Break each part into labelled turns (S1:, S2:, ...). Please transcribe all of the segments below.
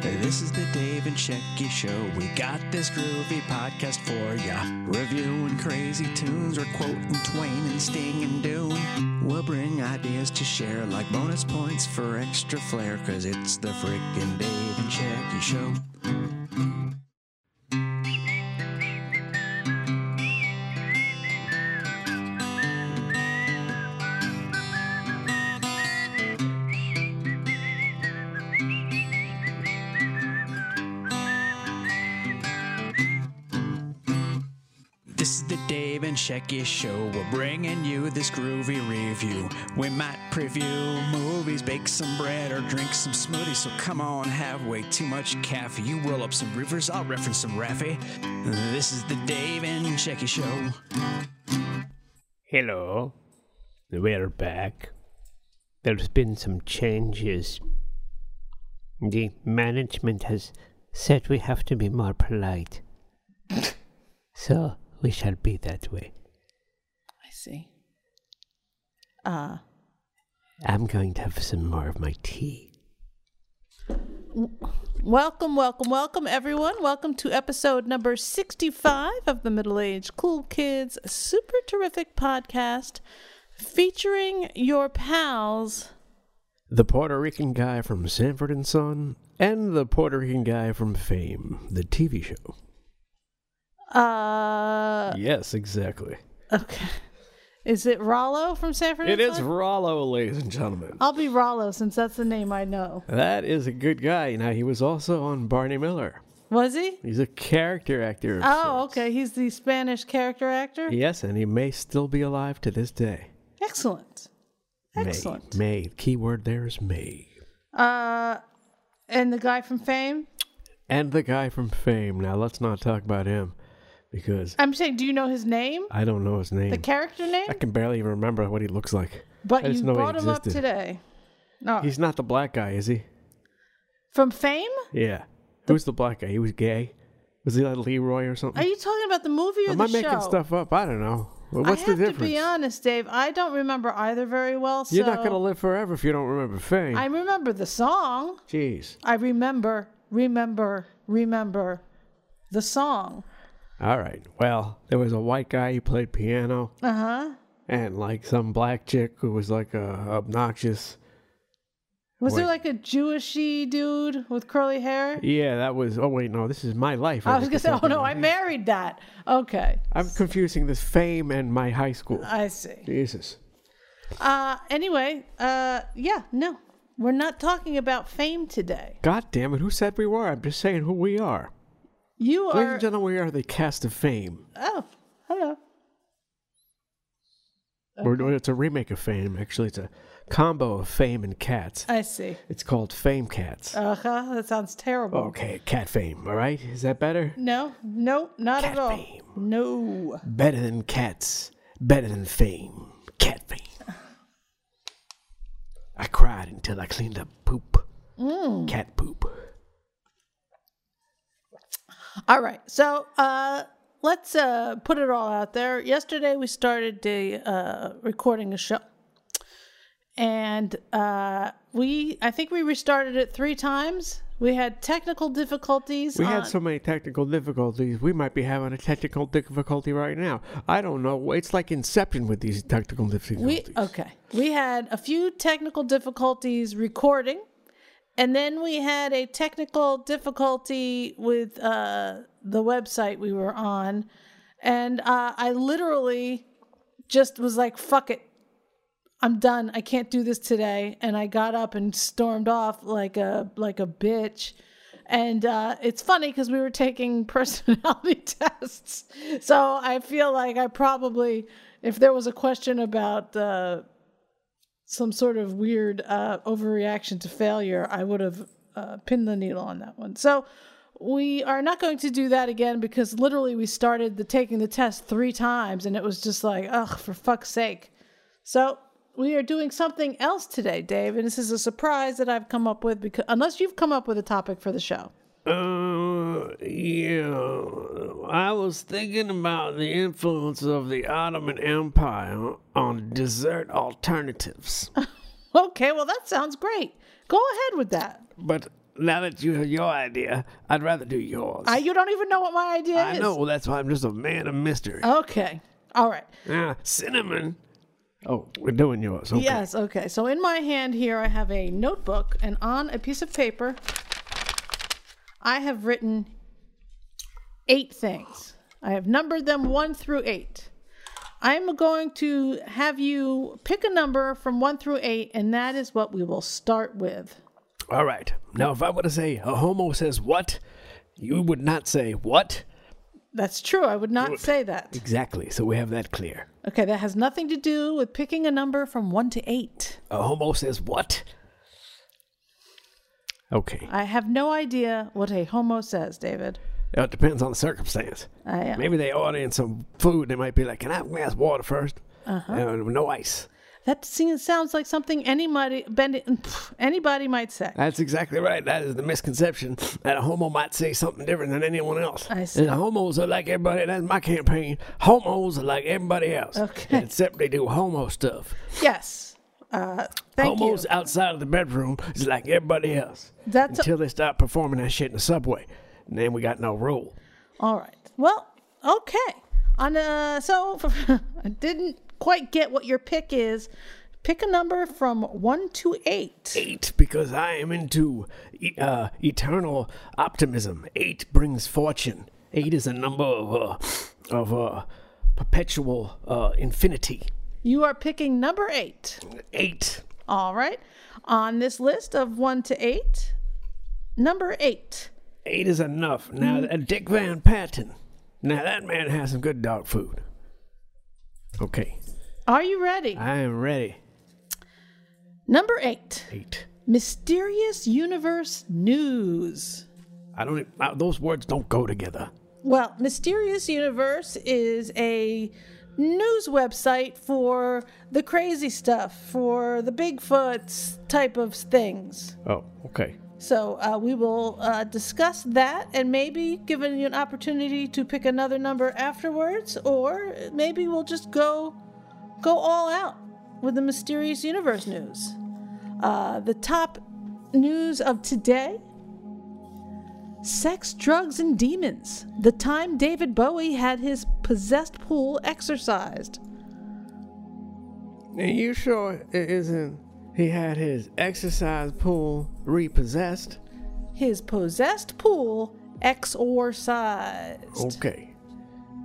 S1: This is the Dave and Shecky Show. We got this groovy podcast for ya. Reviewing crazy tunes, we're quoting Twain and Sting and Dune. We'll bring ideas to share, like bonus points for extra flair, cause it's the frickin' Dave and Shecky Show. This is the Dave and Shecky Show. We're bringing you this groovy review. We might preview movies, bake some bread, or drink some smoothies. So come on, have way too much caffeine. You roll up some rivers, I'll reference some Raffy. This is the Dave and Shecky Show.
S2: Hello. We're back. There's been some changes. The management has said we have to be more polite. so we shall be that way.
S3: I see. Uh,
S2: I'm going to have some more of my tea.
S3: Welcome, welcome, welcome, everyone. Welcome to episode number 65 of the Middle Age Cool Kids Super Terrific Podcast featuring your pals.
S2: The Puerto Rican guy from Sanford and Son and the Puerto Rican guy from Fame, the TV show.
S3: Uh,
S2: yes, exactly.
S3: okay. Is it Rollo from Sanford?
S2: It
S3: and
S2: is
S3: Son?
S2: Rollo, ladies and gentlemen.
S3: I'll be Rollo since that's the name I know.
S2: That is a good guy. Now, he was also on Barney Miller.
S3: Was he?
S2: He's a character actor. of
S3: Oh,
S2: sorts.
S3: okay. He's the Spanish character actor.
S2: Yes, and he may still be alive to this day.
S3: Excellent. Excellent.
S2: May. May. Key word there is may.
S3: Uh, and the guy from Fame.
S2: And the guy from Fame. Now, let's not talk about him because
S3: I'm saying, do you know his name?
S2: I don't know his name.
S3: The character name?
S2: I can barely even remember what he looks like.
S3: But
S2: I just
S3: you
S2: know he
S3: brought him up
S2: existed.
S3: today. No.
S2: He's not the black guy, is he?
S3: From Fame?
S2: Yeah. Who's the black guy? He was gay. Was he like Leroy or something?
S3: Are you talking about the movie or
S2: Am
S3: the
S2: I making
S3: show?
S2: stuff up? I don't know. Well,
S3: I
S2: what's
S3: have
S2: the difference?
S3: to be honest, Dave. I don't remember either very well. So
S2: You're not going to live forever if you don't remember Fame.
S3: I remember the song.
S2: Jeez.
S3: I remember, remember, remember the song.
S2: All right. Well, there was a white guy who played piano.
S3: Uh huh.
S2: and like some black chick who was like uh, obnoxious.
S3: Was there
S2: Wait.
S3: like a Jewishy dude with curly hair?
S2: Yeah, that was. Oh wait, no, this is my life.
S3: I was gonna say, oh no, I married that. Okay,
S2: I'm confusing this fame and my high school.
S3: I see.
S2: Jesus.
S3: Uh, anyway, uh, yeah, no, we're not talking about fame today.
S2: God damn it! Who said we were? I'm just saying who we are.
S3: You
S2: Ladies
S3: are.
S2: and gentlemen, we are the cast of Fame.
S3: Oh, hello.
S2: We're, it's a remake of Fame. Actually, it's a combo of Fame and Cats.
S3: I see.
S2: It's called Fame Cats.
S3: Uh huh. That sounds terrible.
S2: Okay, Cat Fame. All right, is that better?
S3: No, no, not
S2: Cat
S3: at all.
S2: fame.
S3: No.
S2: Better than cats. Better than fame. Cat fame. I cried until I cleaned up poop. Cat poop.
S3: All right. So uh, let's uh, put it all out there. Yesterday we started the uh, recording a show, and uh, we I think we restarted it three times. We had technical difficulties.
S2: We
S3: on,
S2: had so many technical difficulties. We might be having a technical difficulty right now. I don't know. It's like Inception with these technical
S3: We uh,
S2: difficulties.
S3: okay. We had a few technical difficulties recording, and then we had a technical difficulty with uh, the website we were on, and uh, I literally just was like, "Fuck it, I'm done. I can't do this today." And I got up and stormed off like a like a bitch. And uh, it's funny because we were taking personality tests, so I feel like I probably, if there was a question about uh, some sort of weird uh, overreaction to failure, I would have uh, pinned the needle on that one. So we are not going to do that again because literally we started the taking the test three times, and it was just like, ugh, for fuck's sake. So we are doing something else today, Dave, and this is a surprise that I've come up with because unless you've come up with a topic for the show.
S2: Uh, yeah. I was thinking about the influence of the Ottoman Empire on dessert alternatives.
S3: Okay, well that sounds great. Go ahead with that.
S2: But now that you have your idea, I'd rather do yours.
S3: I, you don't even know what my idea
S2: I
S3: is.
S2: know. That's why I'm just a man of mystery.
S3: Oh. Okay. All right.
S2: Ah, cinnamon. Oh, we're doing yours. Okay.
S3: Yes. Okay. So in my hand here, I have a notebook, and on a piece of paper, I have written eight things. I have numbered them one through eight. I'm going to have you pick a number from one through eight, and that is what we will start with.
S2: All right. Now, if I were to say a homo says what, you would not say what.
S3: That's true. I would not say that.
S2: Exactly. So we have that clear.
S3: Okay. That has nothing to do with picking a number from one to eight.
S2: A homo says what? Okay.
S3: I have no idea what a homo says, David.
S2: Now, It depends on the circumstance.
S3: I, uh,
S2: Maybe they order in some food. They might be like, "Can I have a glass of water 1st Uh-huh. no ice.
S3: That seems, sounds like something anybody bend- pff, anybody might say.
S2: That's exactly right. That is the misconception that a homo might say something different than anyone else.
S3: I see.
S2: And homos are like everybody. That's my campaign. Homos are like everybody else.
S3: Okay.
S2: Except they do homo stuff.
S3: Yes. Uh, thank
S2: homos
S3: you.
S2: outside of the bedroom is like everybody else.
S3: That's a-
S2: until they start performing that shit in the subway. And then we got no rule.
S3: All right. Well, okay. On uh, so I didn't quite get what your pick is. Pick a number from one to eight.
S2: Eight, because I am into e- uh, eternal optimism. Eight brings fortune. Eight is a number of uh, of uh, perpetual uh, infinity.
S3: You are picking number eight.
S2: Eight.
S3: All right. On this list of one to eight, number eight.
S2: Eight is enough. Now, uh, Dick Van Patten. Now, that man has some good dog food. Okay.
S3: Are you ready?
S2: I am ready.
S3: Number eight.
S2: Eight.
S3: Mysterious universe news.
S2: I don't. e- I, those words don't go together.
S3: Well, Mysterious Universe is a news website for the crazy stuff, for the Bigfoots type of things.
S2: Oh, okay.
S3: So uh, we will uh, discuss that and maybe giving you an opportunity to pick another number afterwards, or maybe we'll just go go all out with the Mysterious Universe news. Uh, the top news of today Sex, Drugs, and Demons. The time David Bowie had his possessed pool exorcised.
S2: Are you sure it isn't? He had his exercise pool repossessed.
S3: His possessed pool exorcised.
S2: Okay.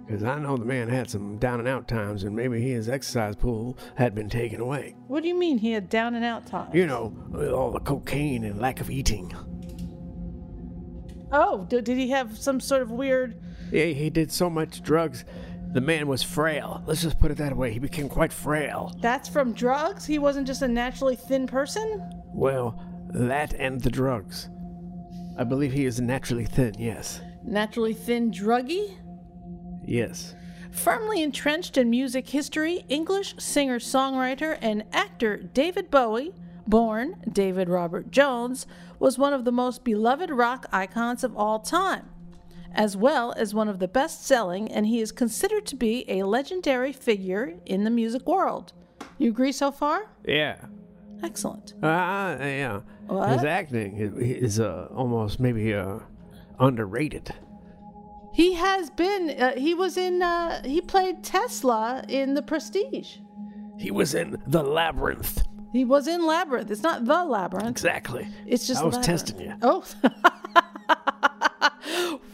S2: Because I know the man had some down and out times, and maybe his exercise pool had been taken away.
S3: What do you mean he had down and out time?
S2: You know, with all the cocaine and lack of eating.
S3: Oh, d- did he have some sort of weird?
S2: Yeah, he did so much drugs. The man was frail. Let's just put it that way. He became quite frail.
S3: That's from drugs. He wasn't just a naturally thin person.
S2: Well, that and the drugs. I believe he is naturally thin, yes.
S3: Naturally thin, druggy.
S2: Yes.
S3: Firmly entrenched in music history, English singer, songwriter, and actor David Bowie, born David Robert Jones, was one of the most beloved rock icons of all time, as well as one of the best selling, and he is considered to be a legendary figure in the music world. You agree so far?
S2: Yeah.
S3: Excellent.
S2: Ah, yeah. His
S3: What?
S2: acting i- is uh, almost maybe uh, underrated.
S3: He has been. Uh, he was in. Uh, he played Tesla in The Prestige.
S2: He was in The Labyrinth.
S3: He was in Labyrinth. It's not the Labyrinth.
S2: Exactly.
S3: It's just.
S2: I was
S3: Labyrinth.
S2: testing you.
S3: Oh.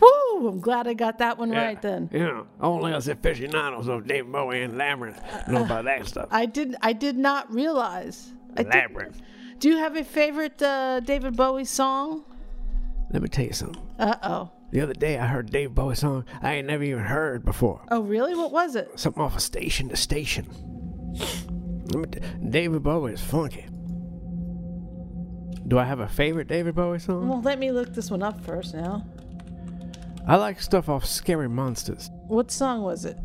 S3: Woo! I'm glad I got that one right then.
S2: Yeah. Only us aficionados of Dave Bowie and Labyrinth know about that stuff.
S3: Uh, I did. I did not realize. I did-
S2: Labyrinth.
S3: do you have a favorite uh, David Bowie song?
S2: Let me tell you something.
S3: Uh oh.
S2: The other day, I heard Dave Bowie song I ain't never even heard before.
S3: Oh really? What was it?
S2: Something off of Station to Station. Let me t- David Bowie is funky. Do I have a favorite David Bowie song?
S3: Well, let me look this one up first now.
S2: I like stuff off Scary Monsters.
S3: What song was it?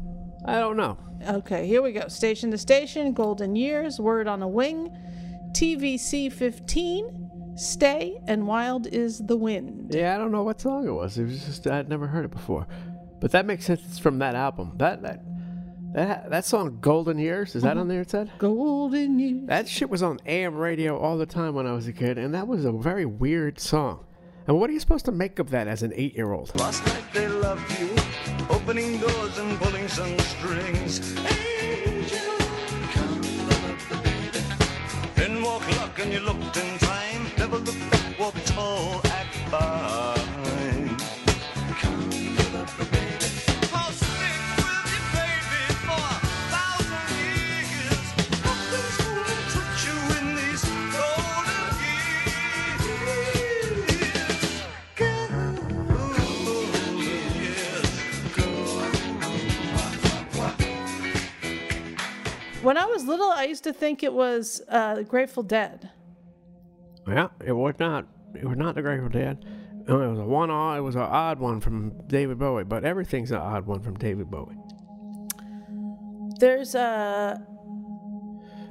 S2: I don't know.
S3: Okay, here we go. Station to station, golden years, word on a wing, TVC 15, stay, and wild is the wind.
S2: Yeah, I don't know what song it was. It was just I'd never heard it before. But that makes sense. It's from that album. That that that that song "Golden Years" is that on there? It said
S3: Golden years.
S2: that shit was on AM radio all the time when I was a kid, and that was a very weird song. And what are you supposed to make of that as an eight year old?
S4: Last night they loved you, opening doors and pulling some strings. Angel, come love the baby. Then walk luck and you looked in time. Never look back, walk tall, act fine. Come love the baby. I'll stick with you, baby, for a thousand years. Nothing's gonna touch you in these golden years. Golden years.
S3: When I was little, I used to think it was uh, the Grateful Dead.
S2: Yeah, it was not. It was not the Grateful Dead. Uh, It was a one odd. It was an odd one from David Bowie. But everything's an odd one from David Bowie.
S3: There's uh,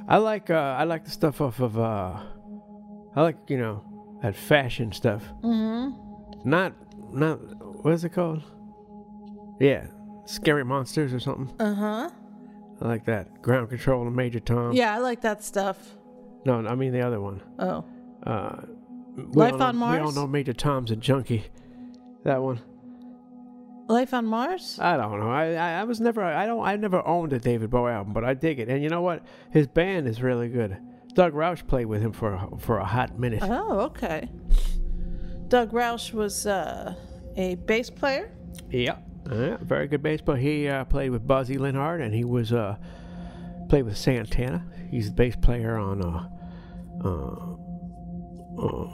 S2: I like. Uh, I like the stuff off of. Uh, I like you know that fashion stuff. Mm-hmm. Not not what is it called? Yeah, scary monsters or something.
S3: uh huh.
S2: I like that. Ground Control and Major Tom.
S3: Yeah, I like that stuff.
S2: No, I mean the other one.
S3: Oh,
S2: Uh, we
S3: Life
S2: all know-
S3: on
S2: We all
S3: Mars?
S2: know Major Tom's a junkie. That one.
S3: Life on Mars.
S2: I don't know. I, I I was never I don't I never owned a David Bowie album, but I dig it. And you know what? His band is really good. Doug Roush played with him for a, for a hot minute.
S3: Oh, okay. Doug Roush was uh, a bass player.
S2: Yeah. Yeah, very good bass player. He uh, played with Buzzy Linhart, and he was uh, played with Santana. He's the bass player on uh, uh, uh,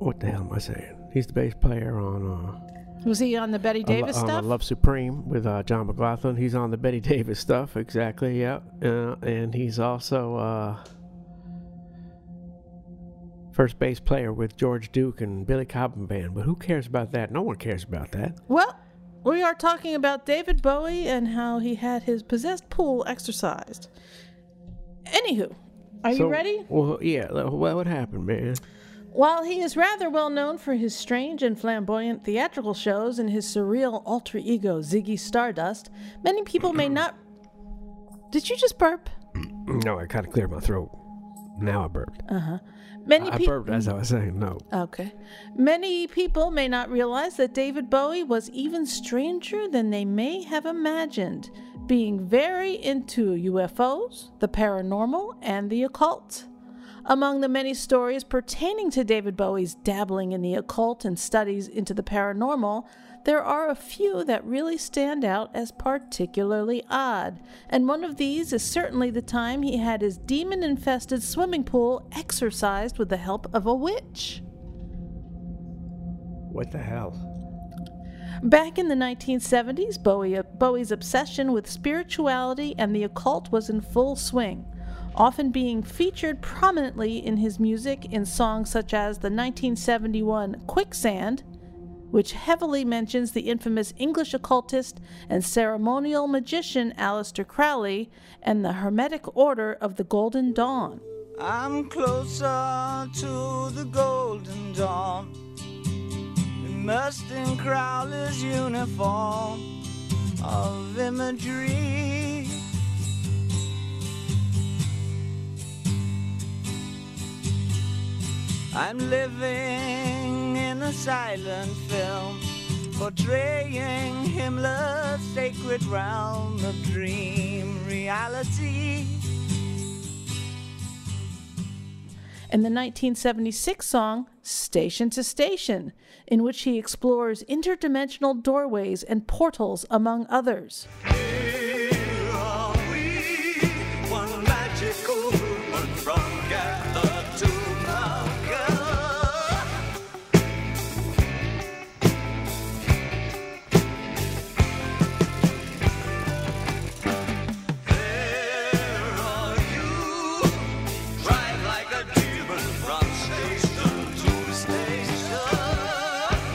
S2: what the hell am I saying? He's the bass player on uh,
S3: Was he on the Betty
S2: I lo-
S3: Davis
S2: on
S3: stuff?
S2: Love Supreme with uh, John McLaughlin. He's on the Betty Davis stuff, exactly. Yeah, uh, and he's also uh, first base player with George Duke and Billy Cobham Band. But who cares about that? No one cares about that.
S3: well, we are talking about David Bowie and how he had his possessed pool exercised. Anywho, are
S2: So-
S3: you ready?
S2: Well, yeah. li- Well, what happened, man?
S3: While he is rather well known for his strange and flamboyant theatrical shows and his surreal alter ego Ziggy Stardust, many people may not. Did you just burp?
S2: No, I kind of cleared my throat. Now I burped.
S3: Many Mm.
S2: I
S3: people.
S2: burped as I was saying no.
S3: Okay. Many people may not realize that David Bowie was even stranger than they may have imagined, being very into UFOs, the paranormal, and the occult. Among the many stories pertaining to David Bowie's dabbling in the occult and studies into the paranormal, there are a few that really stand out as particularly odd, and one of these is certainly the time he had his demon infested swimming pool exorcised with the help of a witch.
S2: What the hell?
S3: Back in the 1970s, Bowie, Bowie's obsession with spirituality and the occult was in full swing, often being featured prominently in his music in songs such as the 1971 Quicksand, which heavily mentions the infamous English occultist and ceremonial magician Aleister Crowley and the Hermetic Order of the Golden Dawn.
S4: I'm closer to the golden dawn, immersed in Crowley's uniform of imagery. I'm living in a silent film, portraying Himmler's sacred realm of dream reality.
S3: and the 1976 song Station to Station, in which he explores interdimensional doorways and portals, among others.
S4: Station.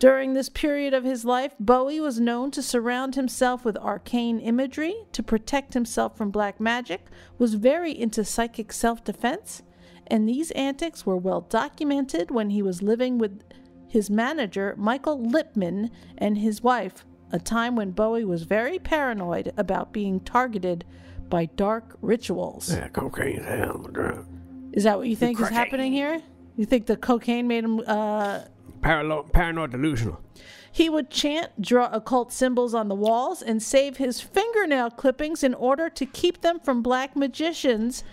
S3: During this period of his life, Bowie was known to surround himself with arcane imagery to protect himself from black magic, was very into psychic self defense, and these antics were well documented when he was living with his manager, Michael Lipman, and his wife, a time when Bowie was very paranoid about being targeted by dark rituals.
S2: Yeah, cocaine's a hell of a drug.
S3: Is that what you think is happening here? You think the cocaine made him uh,
S2: Paralo- paranoid delusional.
S3: He would chant, draw occult symbols on the walls, and save his fingernail clippings in order to keep them from black magicians.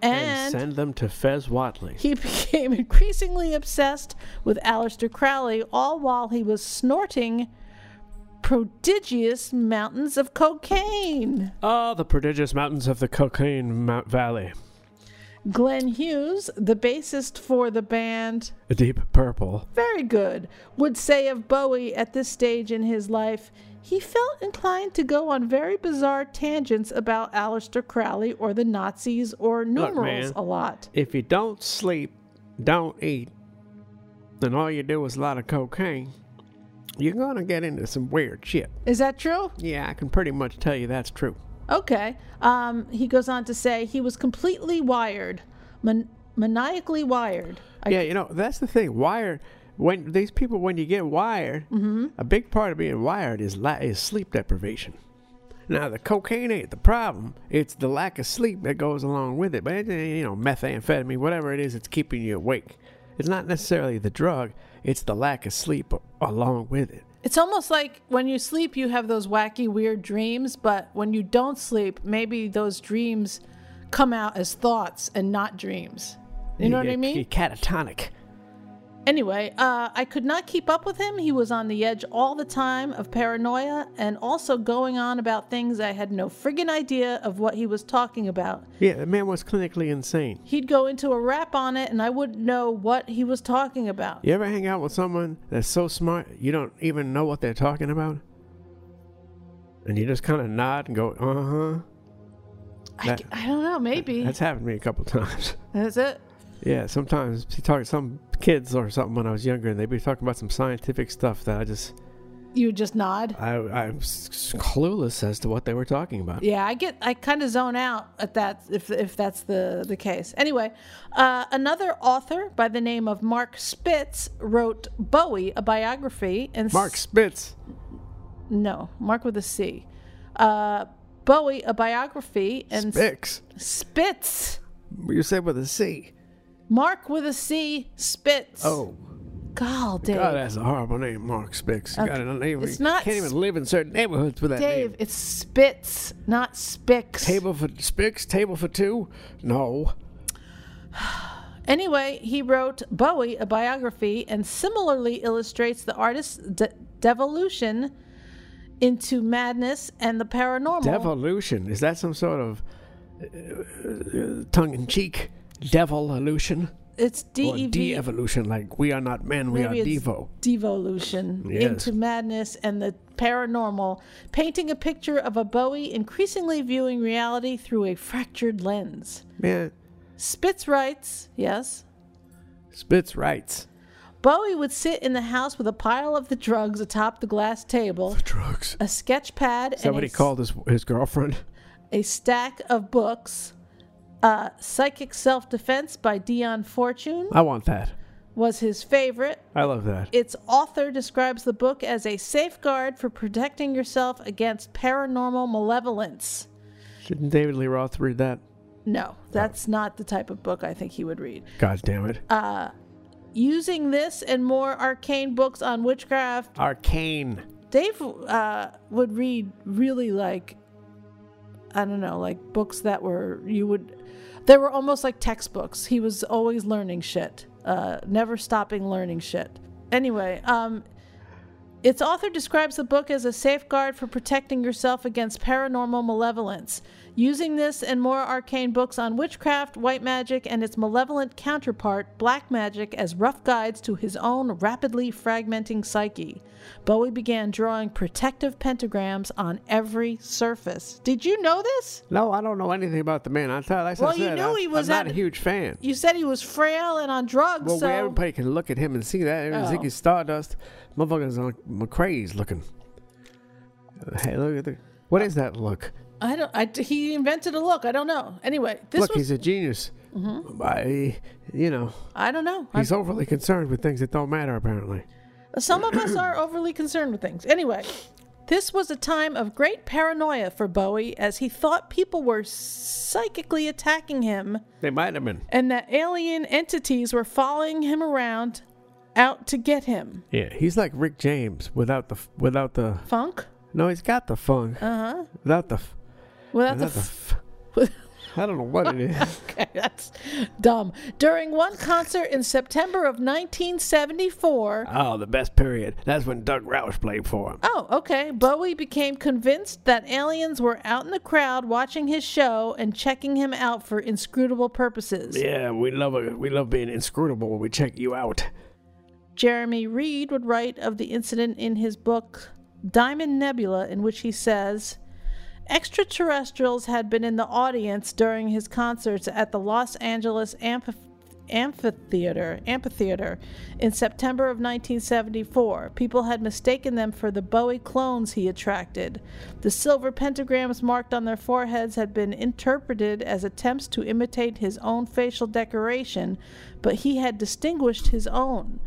S2: And
S3: And,
S2: send them to Fez Watley.
S3: he became increasingly obsessed with Aleister Crowley, all while he was snorting prodigious mountains of cocaine.
S2: Ah, the prodigious mountains of the cocaine mount valley.
S3: Glenn Hughes, the bassist for the band
S2: A deep purple.
S3: very good, would say of Bowie at this stage in his life, he felt inclined to go on very bizarre tangents about Aleister Crowley or the Nazis or numerals
S2: man.
S3: a lot.
S2: If you don't sleep, don't eat, and all you do is a lot of cocaine, you're gonna get into some weird shit.
S3: Is that true?
S2: Yeah, I can pretty much tell you that's true.
S3: Okay. Um, he goes on to say he was completely wired, man- maniacally wired. I-
S2: yeah, you know that's the thing. Wired. When these people, when you get wired,
S3: Mm-hmm.
S2: a big part of being wired is la- is sleep deprivation. Now the cocaine ain't the problem; it's the lack of sleep that goes along with it. But eh, you know, methamphetamine, whatever it is, it's keeping you awake. It's not necessarily the drug; it's the lack of sleep a- along with it.
S3: It's almost like when you sleep, you have those wacky, weird dreams, but when you don't sleep, maybe those dreams come out as thoughts and not dreams. You know what I
S2: get-
S3: mean?
S2: You're catatonic.
S3: Anyway, uh, I could not keep up with him. He was on the edge all the time of paranoia and also going on about things I had no friggin' idea of what he was talking about.
S2: Yeah, the man was clinically insane.
S3: He'd go into a rap on it and I wouldn't know what he was talking about.
S2: You ever hang out with someone that's so smart you don't even know what they're talking about? And you just kind of nod and go, uh huh.
S3: I,
S2: that-
S3: c- I don't know, maybe.
S2: That's happened to me a couple times.
S3: That's it.
S2: yeah, sometimes you talk to some kids or something when I was younger, and they'd be talking about some scientific stuff that I just,
S3: You would just nod.
S2: I, I was s- clueless as to what they were talking about.
S3: Yeah, I get, I kind of zone out at that if if that's the the case. Anyway, uh, another author by the name of Mark Spitz wrote Bowie a biography and
S2: Mark Spitz.
S3: No, Mark with a C. Uh, Bowie, a biography, and
S2: Spix.
S3: Spitz.
S2: You said with a C.
S3: Mark with a C, Spitz.
S2: Oh,
S3: God, Dave.
S2: God, that's a horrible name, Mark Spix. You got it unable-
S3: It's
S2: you
S3: not
S2: can't
S3: s-
S2: even live in certain neighborhoods with that name.
S3: Dave, it's Spitz, not Spix.
S2: Table for Spix? Table for two? No.
S3: Anyway, he wrote Bowie, a biography, and similarly illustrates the artist's de- devolution into madness and the paranormal.
S2: Devolution. Is that some sort of uh, tongue in cheek devolution?
S3: it's
S2: Or
S3: D-E-V-
S2: de evolution? Like, we are not men, we
S3: E Maybe
S2: are
S3: it's
S2: Devo.
S3: Devolution
S2: Yes.
S3: into madness and the paranormal, painting a picture of a Bowie increasingly viewing reality through a fractured lens.
S2: Man,
S3: Spitz writes, yes.
S2: Spitz writes.
S3: Bowie would sit in the house with a pile of the drugs atop the glass table,
S2: Drugs.
S3: a sketch pad,
S2: Is that
S3: and
S2: what
S3: a,
S2: he called his, his girlfriend?
S3: a stack of books. Uh, Psychic Self Defense by Dion Fortune
S2: I want that.
S3: was his favorite.
S2: I love that.
S3: Its author describes the book as a safeguard for protecting yourself against paranormal malevolence.
S2: Shouldn't David Lee Roth read that?
S3: No, that's not the type of book I think he would read. Uh,
S2: God damn it.
S3: Using this and more arcane books on witchcraft,
S2: Arcane.
S3: Dave uh, would read really like, I don't know, like books that were, you would, they were almost like textbooks. He was always learning shit, uh, never stopping learning shit. Anyway, um, Its author describes the book as a safeguard for protecting yourself against paranormal malevolence. Using this and more arcane books on witchcraft, white magic, and its malevolent counterpart, black magic, as rough guides to his own rapidly fragmenting psyche, Bowie began drawing protective pentagrams on every surface. Did you know this?
S2: No, I don't know anything about the man. I thought, like
S3: Well,
S2: I
S3: you
S2: said,
S3: knew
S2: I,
S3: he was
S2: I'm not
S3: at-
S2: a huge fan.
S3: You said he was frail and on drugs,
S2: Well,
S3: so
S2: where everybody can look at him and see that.
S3: Oh.
S2: Oh. Ziggy Stardust, motherfuckers on McCrae's looking. Uh, Hey, look at the. What is that look?
S3: I don't. I, he invented a look. I don't know. Anyway, this
S2: look,
S3: was.
S2: he's a genius. I, you know,
S3: I don't know. I-
S2: he's overly concerned with things that don't matter. Apparently,
S3: Some of us are overly concerned with things. Anyway, this was a time of great paranoia for Bowie as he thought people were psychically attacking him
S2: they might have been.
S3: and that alien entities were following him around out to get him.
S2: Yeah, he's like Rick James without the f- without the.
S3: Funk?
S2: No, he's got the funk. Uh huh. Without the. f-
S3: Without
S2: Without
S3: Uh-huh. the.
S2: the.
S3: F-
S2: F- I don't know what it is.
S3: okay, that's dumb. During one concert in September of 1974,
S2: oh, the best period. That's when Doug Roush played for him.
S3: Oh, okay. Bowie became convinced that aliens were out in the crowd watching his show and checking him out for inscrutable purposes.
S2: Yeah, we love a, we love being inscrutable when we check you out.
S3: Jeremy Reed would write of the incident in his book Diamond Nebula, in which he says extraterrestrials had been in the audience during his concerts at the Los Angeles Amphi- Amphitheater, amphitheater in September of 1974. People had mistaken them for the Bowie clones he attracted. The silver pentagrams marked on their foreheads had been interpreted as attempts to imitate his own facial decoration, but he had distinguished his own.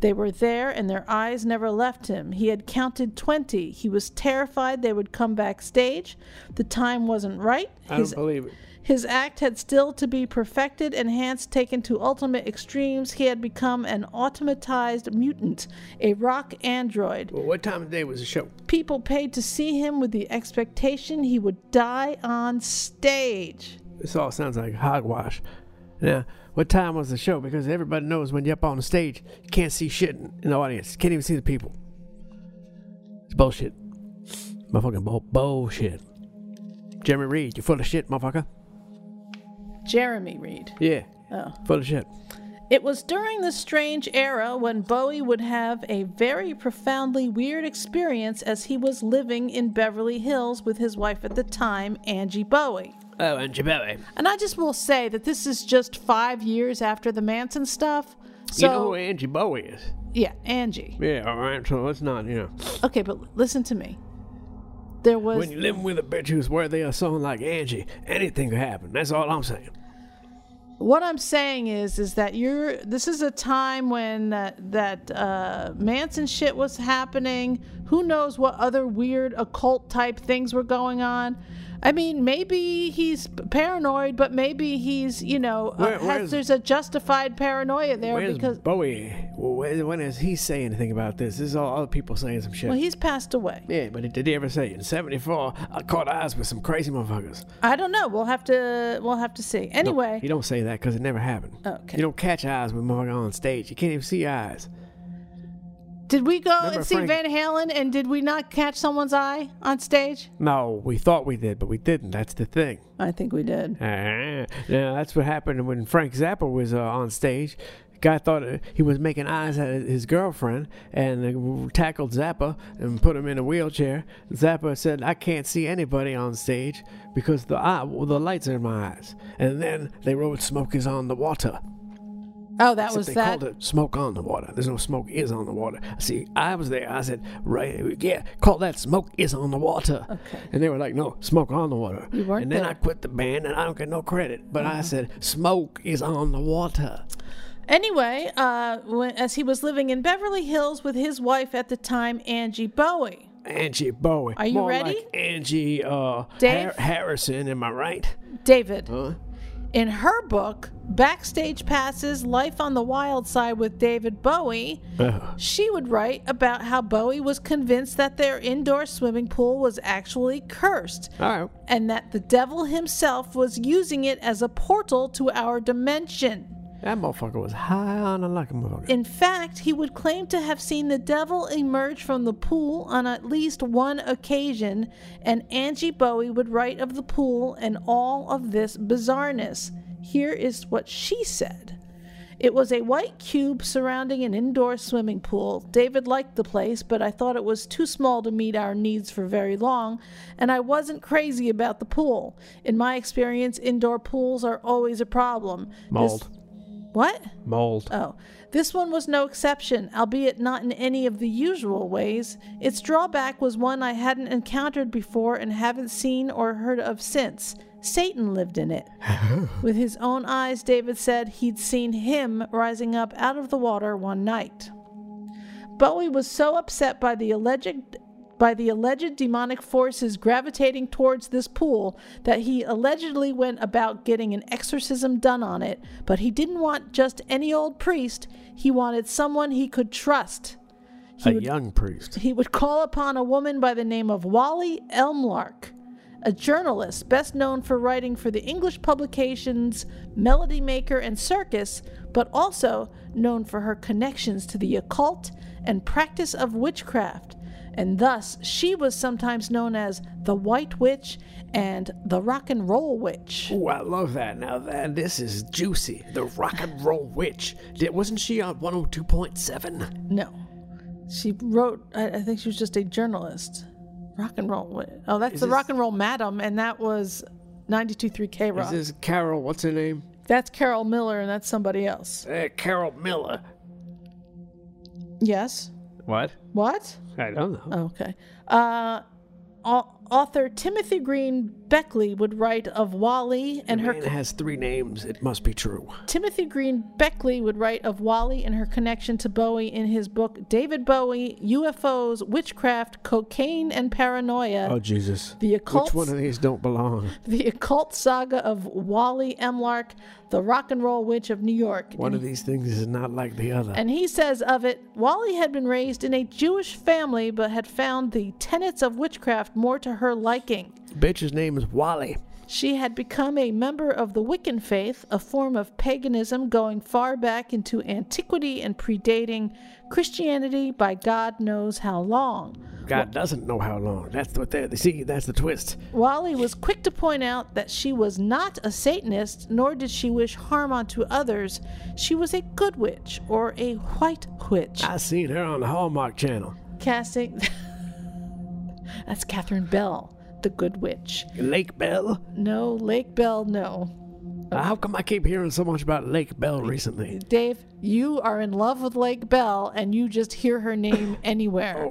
S3: They were there and their eyes never left him. He had counted 20. He was terrified they would come backstage. The time wasn't right.
S2: I
S3: His,
S2: don't believe it.
S3: his act had still to be perfected, enhanced, taken to ultimate extremes. He had become an automatized mutant, a rock android.
S2: Well, what time of day was the show?
S3: People paid to see him with the expectation he would die on stage.
S2: This all sounds like hogwash. Now, what time was the show? Because everybody knows when you're up on the stage, you can't see shit in in the audience. You can't even see the people. It's bullshit. Motherfucking bull- bullshit. Jeremy Reed, you full of shit, motherfucker.
S3: Jeremy Reed.
S2: Yeah. Full of shit.
S3: It was during this strange era when Bowie would have a very profoundly weird experience as he was living in Beverly Hills with his wife at the time, Angie Bowie.
S2: Oh, and Jabelli.
S3: And I just will say that this is just five years after the Manson stuff. So,
S2: you know who Angie Bowie is?
S3: yeah, Angie.
S2: Yeah, all right. So let's not, you know.
S3: Okay, but listen to me. There was.
S2: When you live with a bitch who's worthy of someone like Angie, anything could happen. That's all I'm saying.
S3: what I'm saying is is that you're this is a time when that that uh, Manson shit was happening. Who knows what other weird occult type things were going on? I mean, maybe he's paranoid, but maybe he's you know uh,
S2: Where-
S3: has-
S2: where's-
S3: there's a justified paranoia there
S2: Where's
S3: because
S2: Bowie? Well, where, when does he say anything about this? This is all other people saying some shit.
S3: well he's passed away.
S2: yeah, but did he ever say it? In 74, I caught eyes with some crazy motherfuckers.
S3: I don't know. We'll have to we'll have to see.
S2: No,
S3: Anyway,
S2: you don't say that because it never happened.
S3: Okay.
S2: You don't catch eyes with motherfuckers on stage. You can't even see eyes.
S3: did we go
S2: Remember
S3: and see
S2: Frank-
S3: Van Halen and did we not catch someone's eye on stage?
S2: No, we thought we did, but we didn't. That's the thing.
S3: I think we did.
S2: Ah, Now, that's what happened when Frank Zappa was uh, on stage. Guy thought uh, he was making eyes at his girlfriend and uh, tackled Zappa and put him in a wheelchair. Zappa said, "I can't see anybody on stage because the eye, well, the lights are in my eyes." And then they wrote "Smoke is on the water."
S3: Oh, that
S2: Except
S3: was
S2: they
S3: that.
S2: called it "Smoke on the water." There's no smoke is on the water. See, I was there. I said, "Right, yeah, call that smoke is on the water."
S3: Okay.
S2: And they were like, "No, smoke on the water."
S3: You weren't
S2: and then
S3: there. Uh-huh.
S2: I quit the band, and I don't get no credit. But I said, "Smoke is on the water."
S3: Anyway, uh, when, as he was living in Beverly Hills with his wife at the time, Angie Bowie.
S2: Angie Bowie.
S3: Are you
S2: More
S3: ready?
S2: Like Angie uh,
S3: Dave?
S2: Har- Harrison. Am I right?
S3: David. In her book, Backstage Passes Life on the Wild Side with David Bowie, she would write about how Bowie was convinced that their indoor swimming pool was actually cursed
S2: All right.
S3: and that the devil himself was using it as a portal to our dimension.
S2: That motherfucker was high on a lucky motherfucker.
S3: In fact, he would claim to have seen the devil emerge from the pool on at least one occasion, and Angie Bowie would write of the pool and all of this bizarreness. Here is what she said. It was a white cube surrounding an indoor swimming pool. David liked the place, but I thought it was too small to meet our needs for very long, and I wasn't crazy about the pool. In my experience, indoor pools are always a problem. This-
S2: Mold.
S3: what?
S2: Mold.
S3: Oh, this one was no exception, albeit not in any of the usual ways. Its drawback was one I hadn't encountered before and haven't seen or heard of since. Satan lived in it. With his own eyes, David said he'd seen him rising up out of the water one night. Bowie was so upset by the alleged by the alleged demonic forces gravitating towards this pool that he allegedly went about getting an exorcism done on it, but he didn't want just any old priest, he wanted someone he could trust.
S2: a young priest.
S3: He would call upon a woman by the name of Wally Elmlark, a journalist best known for writing for the English publications Melody Maker and Circus, but also known for her connections to the occult and practice of witchcraft. And thus, she was sometimes known as the White Witch and the Rock and Roll Witch.
S2: Ooh, I love that. Now that this is juicy. The rock and roll witch. Did, wasn't she on 102.7?
S3: No. She wrote, I, I think she was just a journalist. Rock and roll. wi- Oh, that's the rock and roll madam, and that was 92.3 K
S2: This
S3: Rock.
S2: is Carol, what's her name?
S3: That's Carol Miller, and that's somebody else.
S2: Uh, Carol Miller.
S3: Yes.
S2: What?
S3: What? Oh,
S2: I don't know.
S3: Okay. Uh, au- author Timothy Green Beckley would write of Wally and her
S2: Man has three names. It must be true.
S3: Timothy Green Beckley would write of Wally and her connection to Bowie in his book David Bowie, UFOs, Witchcraft, Cocaine and
S2: Oh,
S3: Paranoia,
S2: Jesus.
S3: The Occult
S2: Which one of these don't belong?
S3: The Occult Saga of Wally Emlark, the Rock and Roll Witch of New York.
S2: One of uh, these things is not like the other.
S3: And he says of it, Wally had been raised in a Jewish family but had found the tenets of witchcraft more to her liking.
S2: Bitch's name is Wally.
S3: She had become a member of the Wiccan faith, a form of paganism going far back into antiquity and predating Christianity by God knows how long.
S2: God doesn't know how long. That's what they see. That's the twist.
S3: Wally was quick to point out that she was not a Satanist, nor did she wish harm onto others. She was a good witch, or a white witch,
S2: I seen her on the Hallmark Channel.
S3: casting. That's Catherine Bell, the good witch.
S2: Lake Bell.
S3: No, Lake Bell, no.
S2: Uh, How come I keep hearing so much about Lake Bell recently?
S3: Dave, you are in love with Lake Bell and you just hear her name anywhere.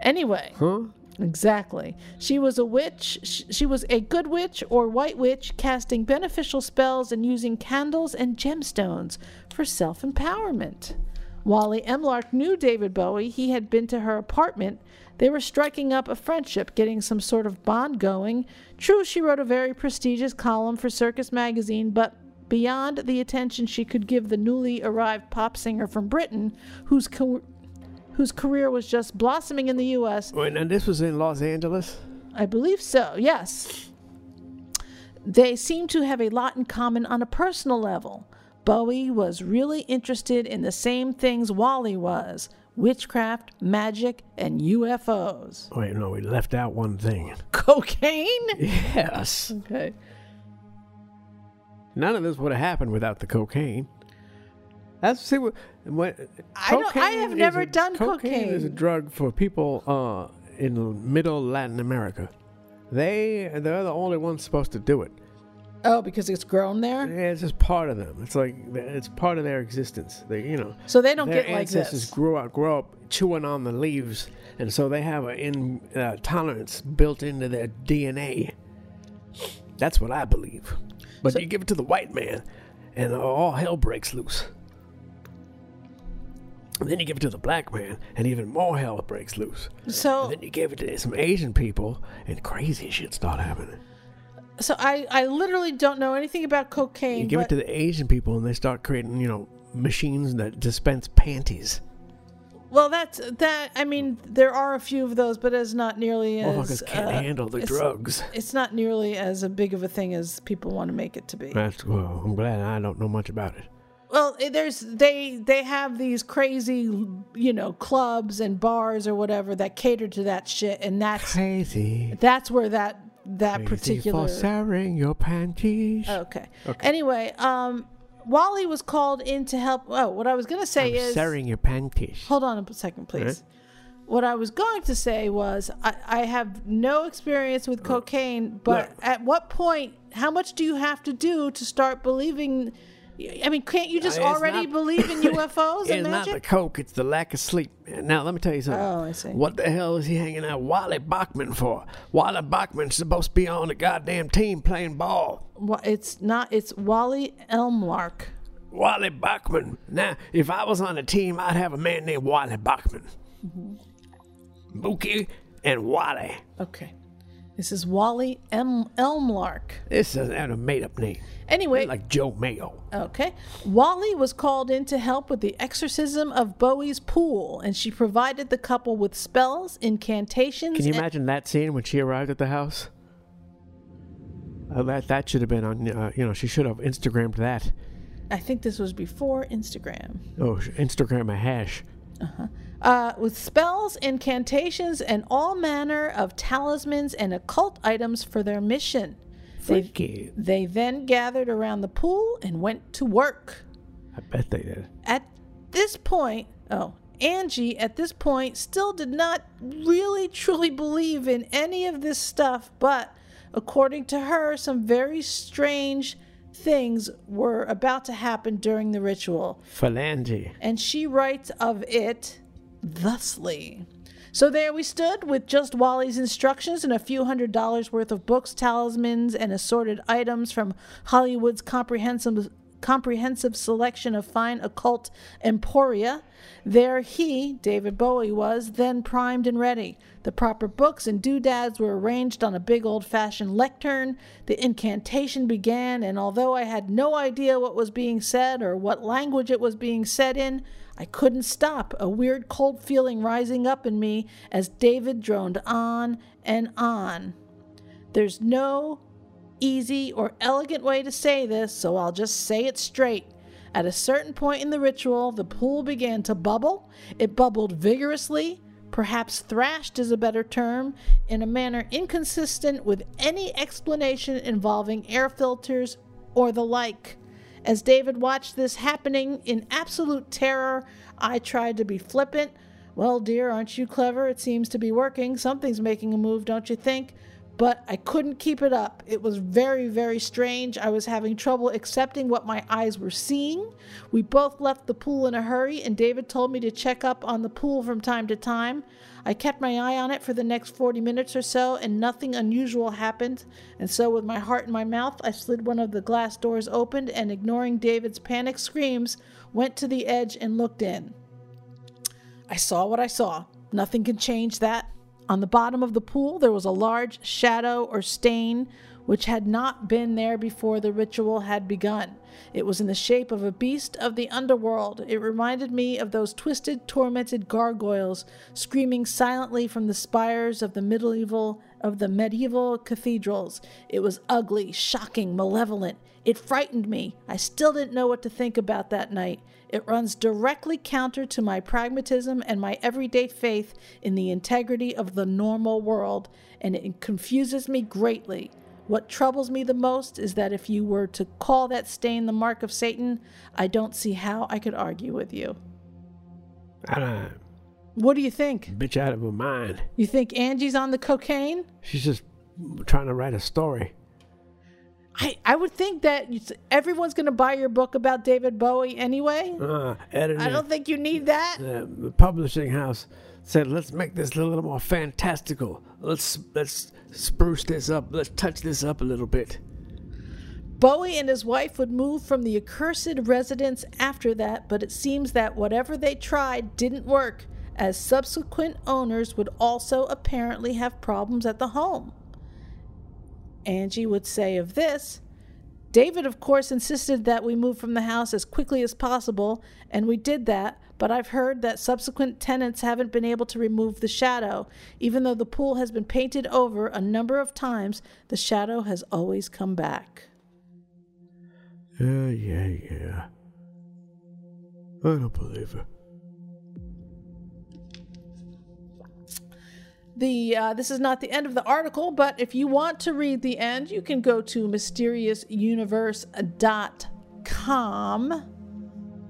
S3: Anyway. Huh? Exactly. She was a witch. sh- She was a good witch or white witch, casting beneficial spells and using candles and gemstones for self empowerment. Wally Emlark knew David Bowie. He had been to her apartment. They were striking up a friendship, getting some sort of bond going. True, she wrote a very prestigious column for Circus Magazine, but beyond the attention she could give the newly arrived pop singer from Britain, whose, co- whose career was just blossoming in the U.S.,
S2: Wait, and this was in Los Angeles?
S3: I believe so, yes. They seem to have a lot in common on a personal level. Bowie was really interested in the same things Wally was witchcraft, magic, and UFOs.
S2: Wait, no, we left out one thing.
S3: Cocaine?
S2: Yes.
S3: Okay.
S2: None of this would have happened without the cocaine. That's see what, what
S3: I don't- I
S2: cocaine
S3: have
S2: is
S3: never
S2: a-
S3: done
S2: Cocaine is a
S3: cocaine.
S2: drug for people uh, in middle Latin America. They they're the only ones supposed to do it.
S3: Oh, because it's grown there?
S2: Yeah, it's just part of them. It's like it's part of their existence. They, you know,
S3: So they don't
S2: their
S3: get like
S2: ancestors
S3: this.
S2: grew up, grew up chewing on the leaves, and so they have an in, uh, tolerance built into their DNA. That's what I believe. But you give it to the white man, and all hell breaks loose. And then you give it to the black man, and even more hell breaks loose.
S3: So
S2: And then you give it to some Asian people, and crazy shit start happening.
S3: so I, I literally don't know anything about cocaine.
S2: You give it
S3: but
S2: to the Asian people, and they start creating, you know, machines that dispense panties.
S3: Well, that's that. I mean, there are a few of those, but it's not nearly as
S2: Motherfuckers can't
S3: uh,
S2: handle the
S3: it's-
S2: drugs.
S3: It's not nearly as a big of a thing as people want to make it to be.
S2: That's well. I'm glad I don't know much about it.
S3: Well, eh, there's they they have these crazy, you know, clubs and bars or whatever that cater to that shit, and that's
S2: Crazy.
S3: that's where that that
S2: Crazy
S3: particular Oh,
S2: for sharing your panties.
S3: Okay. Anyway, um, Wally was called in to help. Oh, what I was gonna say is,
S2: Sharing your panties.
S3: hold on a second, please. What I was going to say was, I, I have no experience with cocaine, but at what point, how much do you have to do to start believing? I mean, can't you just
S2: Uh, it's
S3: already
S2: not-
S3: believe in UFOs and
S2: It's not the
S3: magic?
S2: coke, it's the lack of sleep. Now, let me tell you something.
S3: Oh, I see.
S2: What the hell is he hanging out Wally Bachman for? Wally Bachman's supposed to be on the goddamn team playing ball.
S3: Wa- It's not. It's Wally Elmlark.
S2: Wally Bachman. Now, if I was on the team, I'd have a man named Wally Bachman.
S3: Mm-hmm.
S2: Buki and Wally.
S3: Okay, this is Wally M- Elmlark.
S2: This is a made up name.
S3: Anyway,
S2: Like Joe Mayo.
S3: Okay. Wally was called in to help with the exorcism of Bowie's pool, and she provided the couple with spells, incantations.
S2: Can you
S3: and-
S2: imagine that scene when she arrived at the house? Uh, that that should have been on. Uh, you know, she should have Instagrammed that.
S3: I think this was before Instagram.
S2: Oh, sh- Instagram a hash.
S3: Uh, with spells, incantations, and all manner of talismans and occult items for their mission. They,
S2: Freaky.
S3: they then gathered around the pool and went to work.
S2: I bet they did.
S3: At this point, oh, Angie at this point still did not really truly believe in any of this stuff, but according to her, some very strange things were about to happen during the ritual.
S2: Phalange.
S3: And she writes of it thusly. So there we stood with just Wally's instructions and a few hundred dollars worth of books, talismans, and assorted items from Hollywood's comprehensive comprehensive selection of fine occult emporia. There he, David Bowie, was then primed and ready. The proper books and doodads were arranged on a big old fashioned lectern. The incantation began, and although I had no idea what was being said or what language it was being said in, I couldn't stop, a weird cold feeling rising up in me as David droned on and on. There's no easy or elegant way to say this, so I'll just say it straight. At a certain point in the ritual, the pool began to bubble. It bubbled vigorously, perhaps thrashed is a better term, in a manner inconsistent with any explanation involving air filters or the like. As David watched this happening in absolute terror, I tried to be flippant. Well, dear, aren't you clever? It seems to be working. Something's making a move, don't you think? But I couldn't keep it up. It was very, very strange. I was having trouble accepting what my eyes were seeing. We both left the pool in a hurry, and David told me to check up on the pool from time to time. I kept my eye on it for the next 40 minutes or so, and nothing unusual happened. And so, with my heart in my mouth, I slid one of the glass doors open and, ignoring David's panic screams, went to the edge and looked in. I saw what I saw. Nothing can change that. On the bottom of the pool, there was a large shadow or stain which had not been there before the ritual had begun. It was in the shape of a beast of the underworld. It reminded me of those twisted, tormented gargoyles screaming silently from the spires of the medieval of the medieval cathedrals. It was ugly, shocking, malevolent. It frightened me. I still didn't know what to think about that night. It runs directly counter to my pragmatism and my everyday faith in the integrity of the normal world, and it confuses me greatly. What troubles me the most is that if you were to call that stain the mark of Satan, I don't see how I could argue with you.
S2: I don't
S3: What do you think?
S2: bitch out of her mind.
S3: You think Angie's on the cocaine?
S2: She's just trying to write a story.
S3: I, I would think that you, everyone's going to buy your book about David Bowie anyway.
S2: Uh, editing.
S3: I don't think you need that.
S2: uh, the publishing house said, "Let's make this a little more fantastical. Let's let's spruce this up. Let's touch this up a little bit."
S3: Bowie and his wife would move from the accursed residence after that, but it seems that whatever they tried didn't work, as subsequent owners would also apparently have problems at the home. Angie would say of this David, of course, insisted that we move from the house as quickly as possible, and we did that. But I've heard that subsequent tenants haven't been able to remove the shadow. Even though the pool has been painted over a number of times, the shadow has always come back.
S2: Uh, yeah, yeah. I don't believe it.
S3: The uh, this is not the end of the article, but if you want to read the end, you can go to mysteriousuniverse.com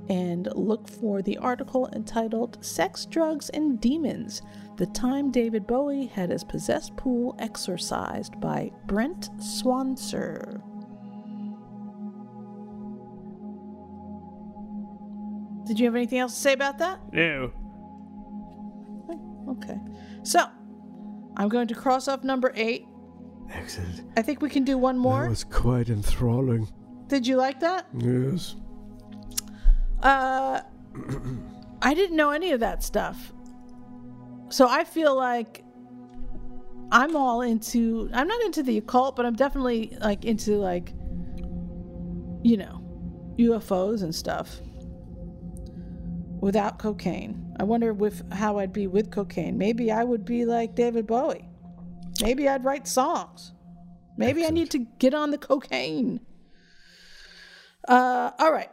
S3: and look for the article entitled "Sex, Drugs, and Demons: The Time David Bowie Had His Possessed Pool Exorcised" by Brent Swanser. Did you have anything else to say about that?
S5: No.
S3: Okay. So, I'm going to cross off number eight.
S2: Excellent.
S3: I think we can do one more.
S2: That was quite enthralling.
S3: Did you like that?
S2: Yes.
S3: Uh, I didn't know any of that stuff. So, I feel like I'm all into, I'm not into the occult, but I'm definitely like into like, you know, UFOs and stuff without cocaine. I wonder with how I'd be with cocaine. Maybe I would be like David Bowie. Maybe I'd write songs. Maybe I need to get on the cocaine. Uh, all right.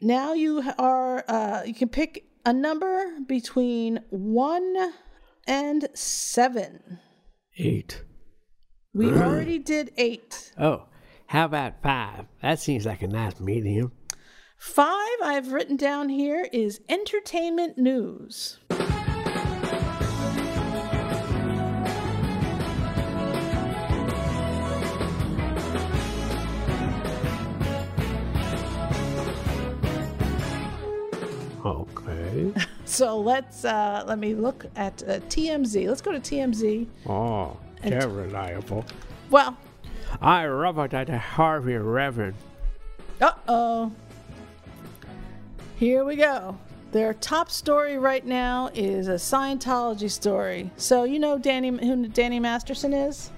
S3: Now you are uh, you can pick a number between one and seven.
S2: Eight.
S3: We already did eight.
S2: Oh, how about five? That seems like a nice medium.
S3: Five I've written down here is entertainment news.
S5: Okay.
S3: So let's uh, let me look at uh, TMZ. Let's go to TMZ.
S2: Oh, they're reliable.
S3: Well,
S2: I Robert at the Harvey Reverend.
S3: Uh oh. Here we go. Their top story right now is a Scientology story. So you know Danny who Danny Masterson is?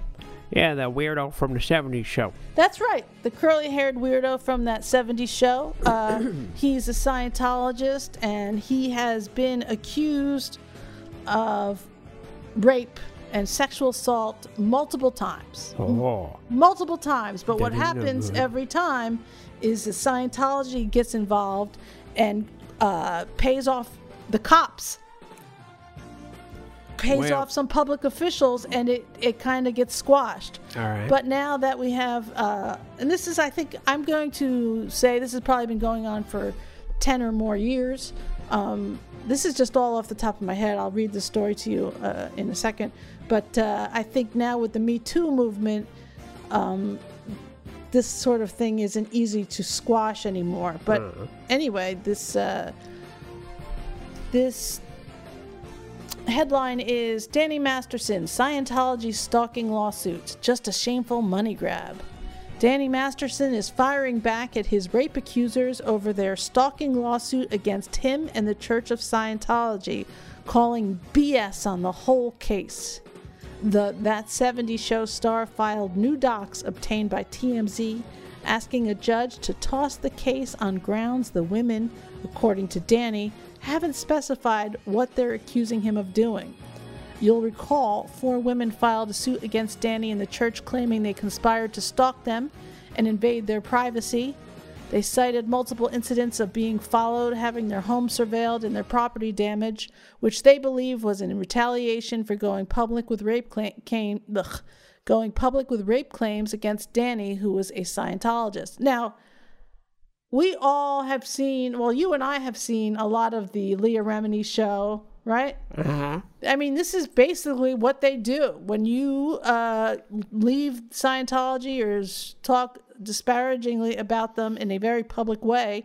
S2: Yeah, that weirdo from the 70s show.
S3: That's right. The curly-haired weirdo from that 70s show. Uh, he's a Scientologist and he has been accused of rape and sexual assault multiple times.
S2: Oh.
S3: multiple times. But what
S2: That ain't no
S3: happens
S2: good.
S3: every time is the Scientology gets involved and uh, pays off the cops, pays
S2: Well-
S3: off some public officials, and it, it kind of gets squashed.
S2: All right.
S3: But now that we have, uh, and this is, I think, I'm going to say this has probably been going on for 10 or more years. Um, this is just all off the top of my head. I'll read the story to you uh, in a second. But uh, I think now with the Me Too movement, this sort of thing isn't easy to squash anymore. But anyway, this uh, this headline is Danny Masterson Scientology stalking lawsuit, just a shameful money grab. Danny Masterson is firing back at his rape accusers over their stalking lawsuit against him and the Church of Scientology, calling BS on the whole case. The That 70 Show star filed new docs obtained by TMZ, asking a judge to toss the case on grounds the women, according to Danny, haven't specified what they're accusing him of doing. You'll recall four women filed a suit against Danny and the church claiming they conspired to stalk them and invade their privacy. They cited multiple incidents of being followed, having their home surveilled, and their property damaged, which they believe was in retaliation for going public with rape claim, came, ugh, going public with rape claims against Danny, who was a Scientologist. Now, we all have seen, well, you and I have seen a lot of the Leah Remini show, right? I mean, this is basically what they do when you uh, leave Scientology or s- talk disparagingly about them in a very public way.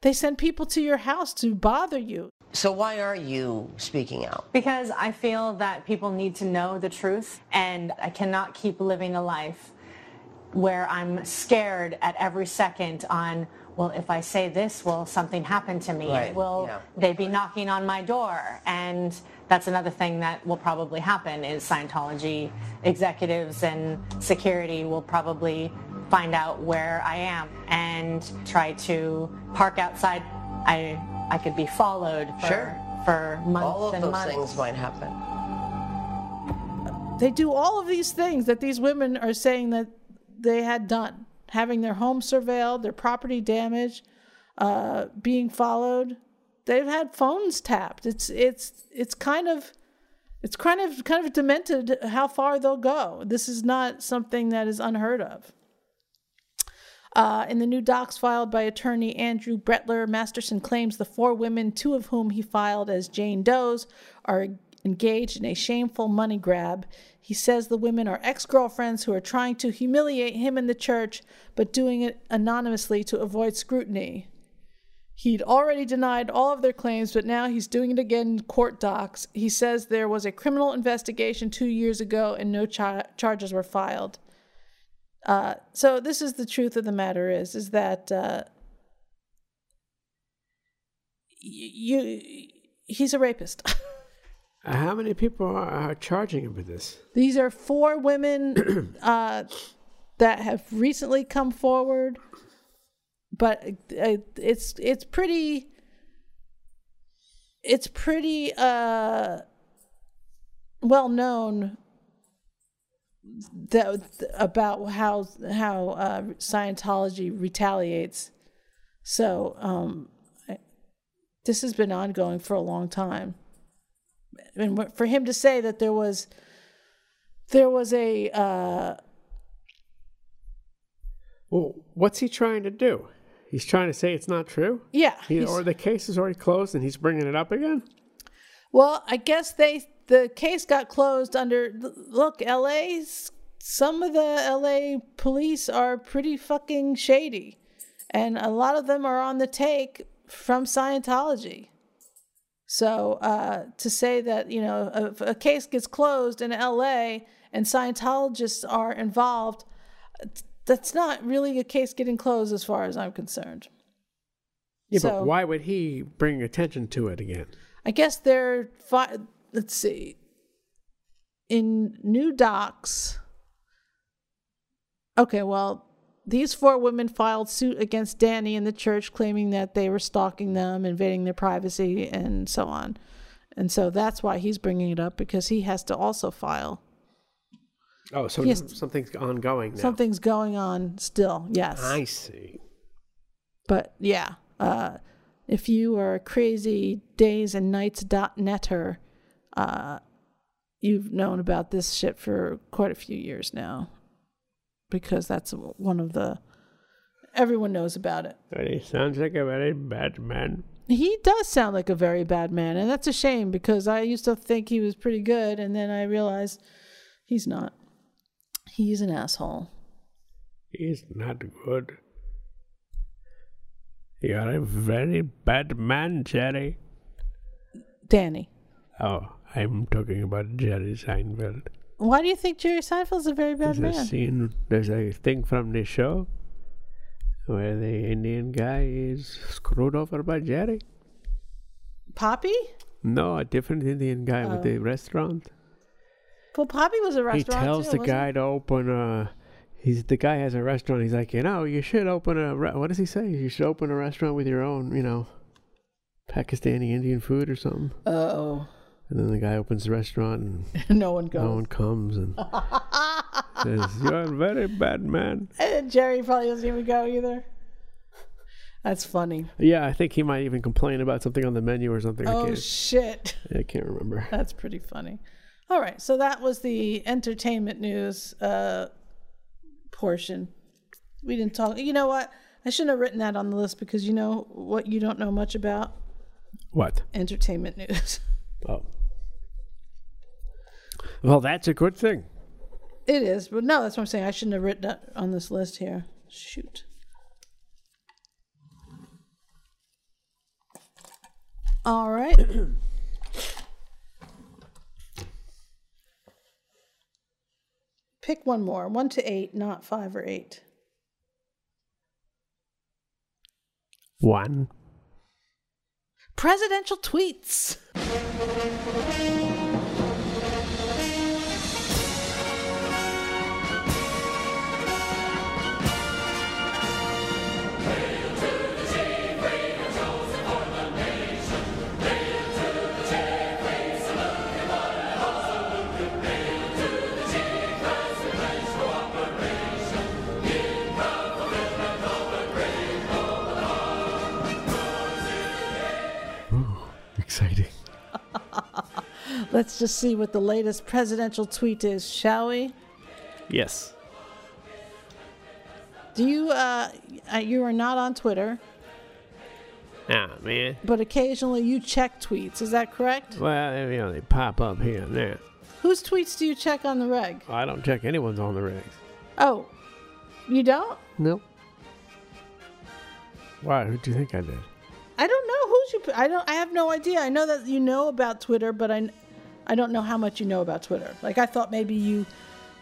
S3: They send people to your house to bother you.
S6: So why are you speaking out?
S7: Because I feel that people need to know the truth, and I cannot keep living a life where I'm scared at every second on, well, if I say this, will something happen to me?
S6: Right,
S7: Will
S6: yeah.
S7: they be knocking on my door? And that's another thing that will probably happen is Scientology executives and security will probably find out where I am and try to park outside. I I could be followed for,
S6: Sure.
S7: for months
S6: All of
S7: and
S6: those
S7: months.
S6: things might happen.
S3: They do all of these things that these women are saying that they had done having their home surveilled, their property damaged, uh, being followed. They've had phones tapped. It's it's it's kind of it's kind of kind of demented how far they'll go. This is not something that is unheard of. Uh, in the new docs filed by attorney Andrew Bretler, Masterson claims the four women, two of whom he filed as Jane Doe's, are engaged in a shameful money grab. He says the women are ex girlfriends who are trying to humiliate him and the church, but doing it anonymously to avoid scrutiny. He'd already denied all of their claims, but now he's doing it again in court docs. He says there was a criminal investigation two years ago and no chi- charges were filed. Uh, so this is the truth of the matter is is that uh, y- you he's a rapist.
S2: Uh, How many people are, are charging him with this?
S3: These are four women uh, that have recently come forward, but uh, it's it's pretty it's pretty uh, well known that about how how uh, Scientology retaliates. So um, I- this has been ongoing for a long time, and wh- for him to say that there was there was a uh,
S2: Well, what's he trying to do? He's trying to say it's not true?
S3: yeah.
S2: He,
S3: he's-
S2: or the case is already closed and he's bringing it up again?
S3: Well, I guess they the case got closed under look, LA's some of the LA police are pretty fucking shady. And a lot of them are on the take from Scientology. So, uh, to say that, you know, if a case gets closed in LA and Scientologists are involved, that's not really a case getting closed as far as I'm concerned.
S2: Yeah,
S3: So-
S2: but why would he bring attention to it again?
S3: I guess they're fi- let's see. In new docs. Okay, well, these four women filed suit against Danny and the church claiming that they were stalking them, invading their privacy and so on. And so that's why he's bringing it up because he has to also file.
S2: Oh, so
S3: Yes.
S2: something's ongoing now.
S3: Something's going on still. Yes.
S2: I see.
S3: But yeah, uh, if you are a crazy days and nights dot netter, uh, you've known about this shit for quite a few years now, because that's one of the everyone knows about it.
S2: But he sounds like a very bad man.
S3: He does sound like a very bad man, and that's a shame because I used to think he was pretty good, and then I realized he's not. He's an asshole.
S2: He's not good. You're a very bad man, Jerry.
S3: Danny,
S2: Oh, I'm talking about Jerry Seinfeld.
S3: why do you think Jerry Seinfeld's a very bad
S2: there's a
S3: man?
S2: scene, there's a thing from the show where the Indian guy is screwed over by Jerry.
S3: Poppy?
S2: No, a different Indian guy
S3: Oh.
S2: with the restaurant.
S3: Well, Poppy was a
S2: He
S3: restaurant.
S2: tells
S3: too,
S2: the
S3: wasn't he?
S2: guy to open a. He's the guy has a restaurant. He's like, you know, you should open a. Re-, what does he say? You should open a restaurant with your own, you know, Pakistani Indian food or something.
S3: Oh,
S2: And then the guy opens the restaurant and
S3: no one goes.
S2: no one comes and says, "You're a very bad man."
S3: And Jerry probably doesn't even go either. That's funny.
S2: Yeah, I think he might even complain about something on the menu or something. I,
S3: Oh Uh.
S2: can't,
S3: shit,
S2: I can't remember.
S3: that's pretty funny. All right, so that was the entertainment news uh, portion. We didn't talk. You know what? I shouldn't have written that on the list because you know what you don't know much about
S2: What?
S3: entertainment news.
S2: Oh. Well, that's a good thing.
S3: It is, but no, that's what I'm saying. I shouldn't have written that on this list here. Shoot. All right. Pick one more. One to eight, not five or eight.
S2: One.
S3: Presidential tweets. Let's just see what the latest presidential tweet is, shall we?
S8: Yes.
S3: Do you, uh, uh, you are not on Twitter,
S2: Ah, man.
S3: but occasionally you check tweets. Is that correct?
S2: Well, you know, they pop up here and there.
S3: Whose tweets do you check on the reg?
S2: I don't check anyone's on the rigs.
S3: Oh, you don't?
S2: Nope. Why? Who'd you think I did?
S3: I don't know who's you. I don't. I have no idea. I know that you know about Twitter, but I, I don't know how much you know about Twitter. Like I thought maybe you,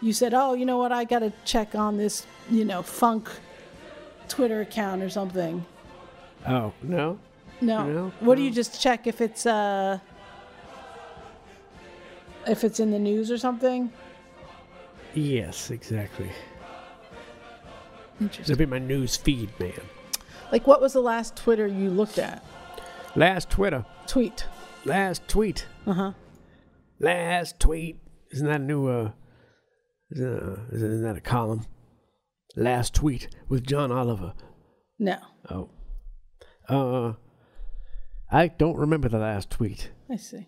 S3: you said, oh, you know what? I gotta check on this, you know, funk, Twitter account or something.
S2: Oh, no?
S3: No.
S2: No,
S3: what do you just check if it's uh, if it's in the news or something?
S2: Yes, exactly.
S3: Interesting.
S2: It'll be my news feed, man.
S3: Like what was the last Twitter you looked at?
S2: Last Twitter.
S3: Tweet.
S2: Last tweet.
S3: Uh huh.
S2: Last tweet. Isn't that a new, uh, isn't, uh, isn't isn't that a column? Last tweet with John Oliver.
S3: No.
S2: Oh. Uh, I don't remember the last tweet.
S3: I see.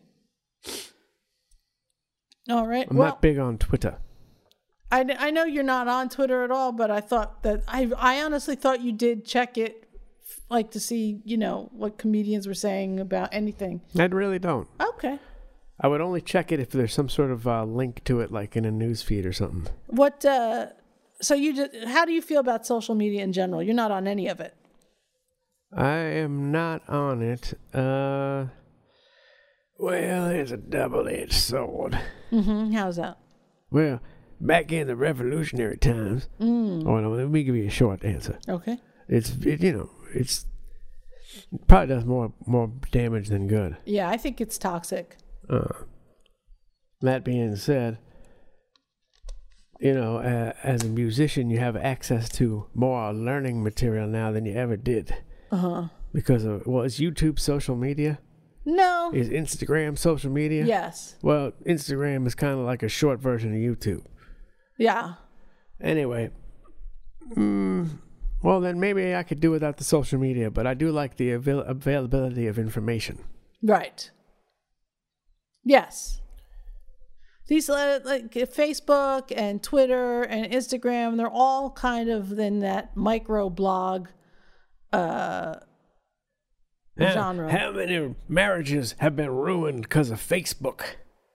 S3: All right.
S2: I'm
S3: well,
S2: not big on Twitter.
S3: I, I know you're not on Twitter at all, but I thought that I I honestly thought you did check it, f- like to see you know what comedians were saying about anything.
S2: I really don't.
S3: Okay,
S2: I would only check it if there's some sort of uh, link to it, like in a news feed or something.
S3: what? Uh, so you just how do you feel about social media in general? You're not on any of it.
S2: I am not on it. Uh, well, it's a double-edged sword.
S3: Mm, How's that?
S2: Well, back in the revolutionary times. Oh no, let me give you a short answer.
S3: Okay.
S2: It's it, you know it's it probably does more more damage than good. Uh,
S3: Yeah, I think it's toxic.
S2: That being said, you know, uh, as a musician, you have access to more learning material now than you ever did. Uh huh. Because of well, it's YouTube social media,
S3: No.
S2: is Instagram social media.
S3: Yes.
S2: Well, Instagram is kind of like a short version of YouTube.
S3: Yeah.
S2: Anyway, mm, well then maybe I could do without the social media, but I do like the avail- availability of information.
S3: Right. Yes. These uh, like Facebook and Twitter and Instagram, they're all kind of in that micro blog uh
S2: Yeah,
S3: genre.
S2: How many marriages have been ruined because of Facebook?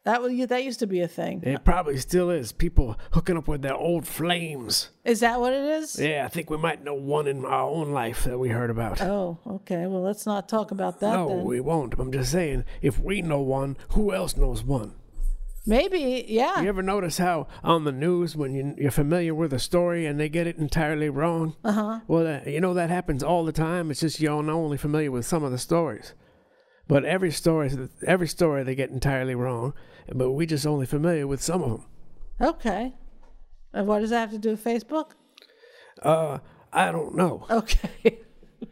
S3: that was that used to be a thing.
S2: It probably still is. People hooking up with their old flames.
S3: Is that what it is?
S2: Yeah, I think we might know one in our own life that we heard about.
S3: Oh, okay. Well, let's not talk about that
S2: no,
S3: then.
S2: we won't. I'm just saying, if we know one, who else knows one?
S3: Maybe, yeah.
S2: You ever notice how on the news when you, you're familiar with a story and they get it entirely wrong? Uh
S3: Uh-huh.
S2: huh. Well, that, you know that happens all the time. It's just you're only familiar with some of the stories, but every story, every story they get entirely wrong. But we just only familiar with some of them.
S3: Okay. And what does that have to do with Facebook?
S2: Uh, I don't know.
S3: Okay.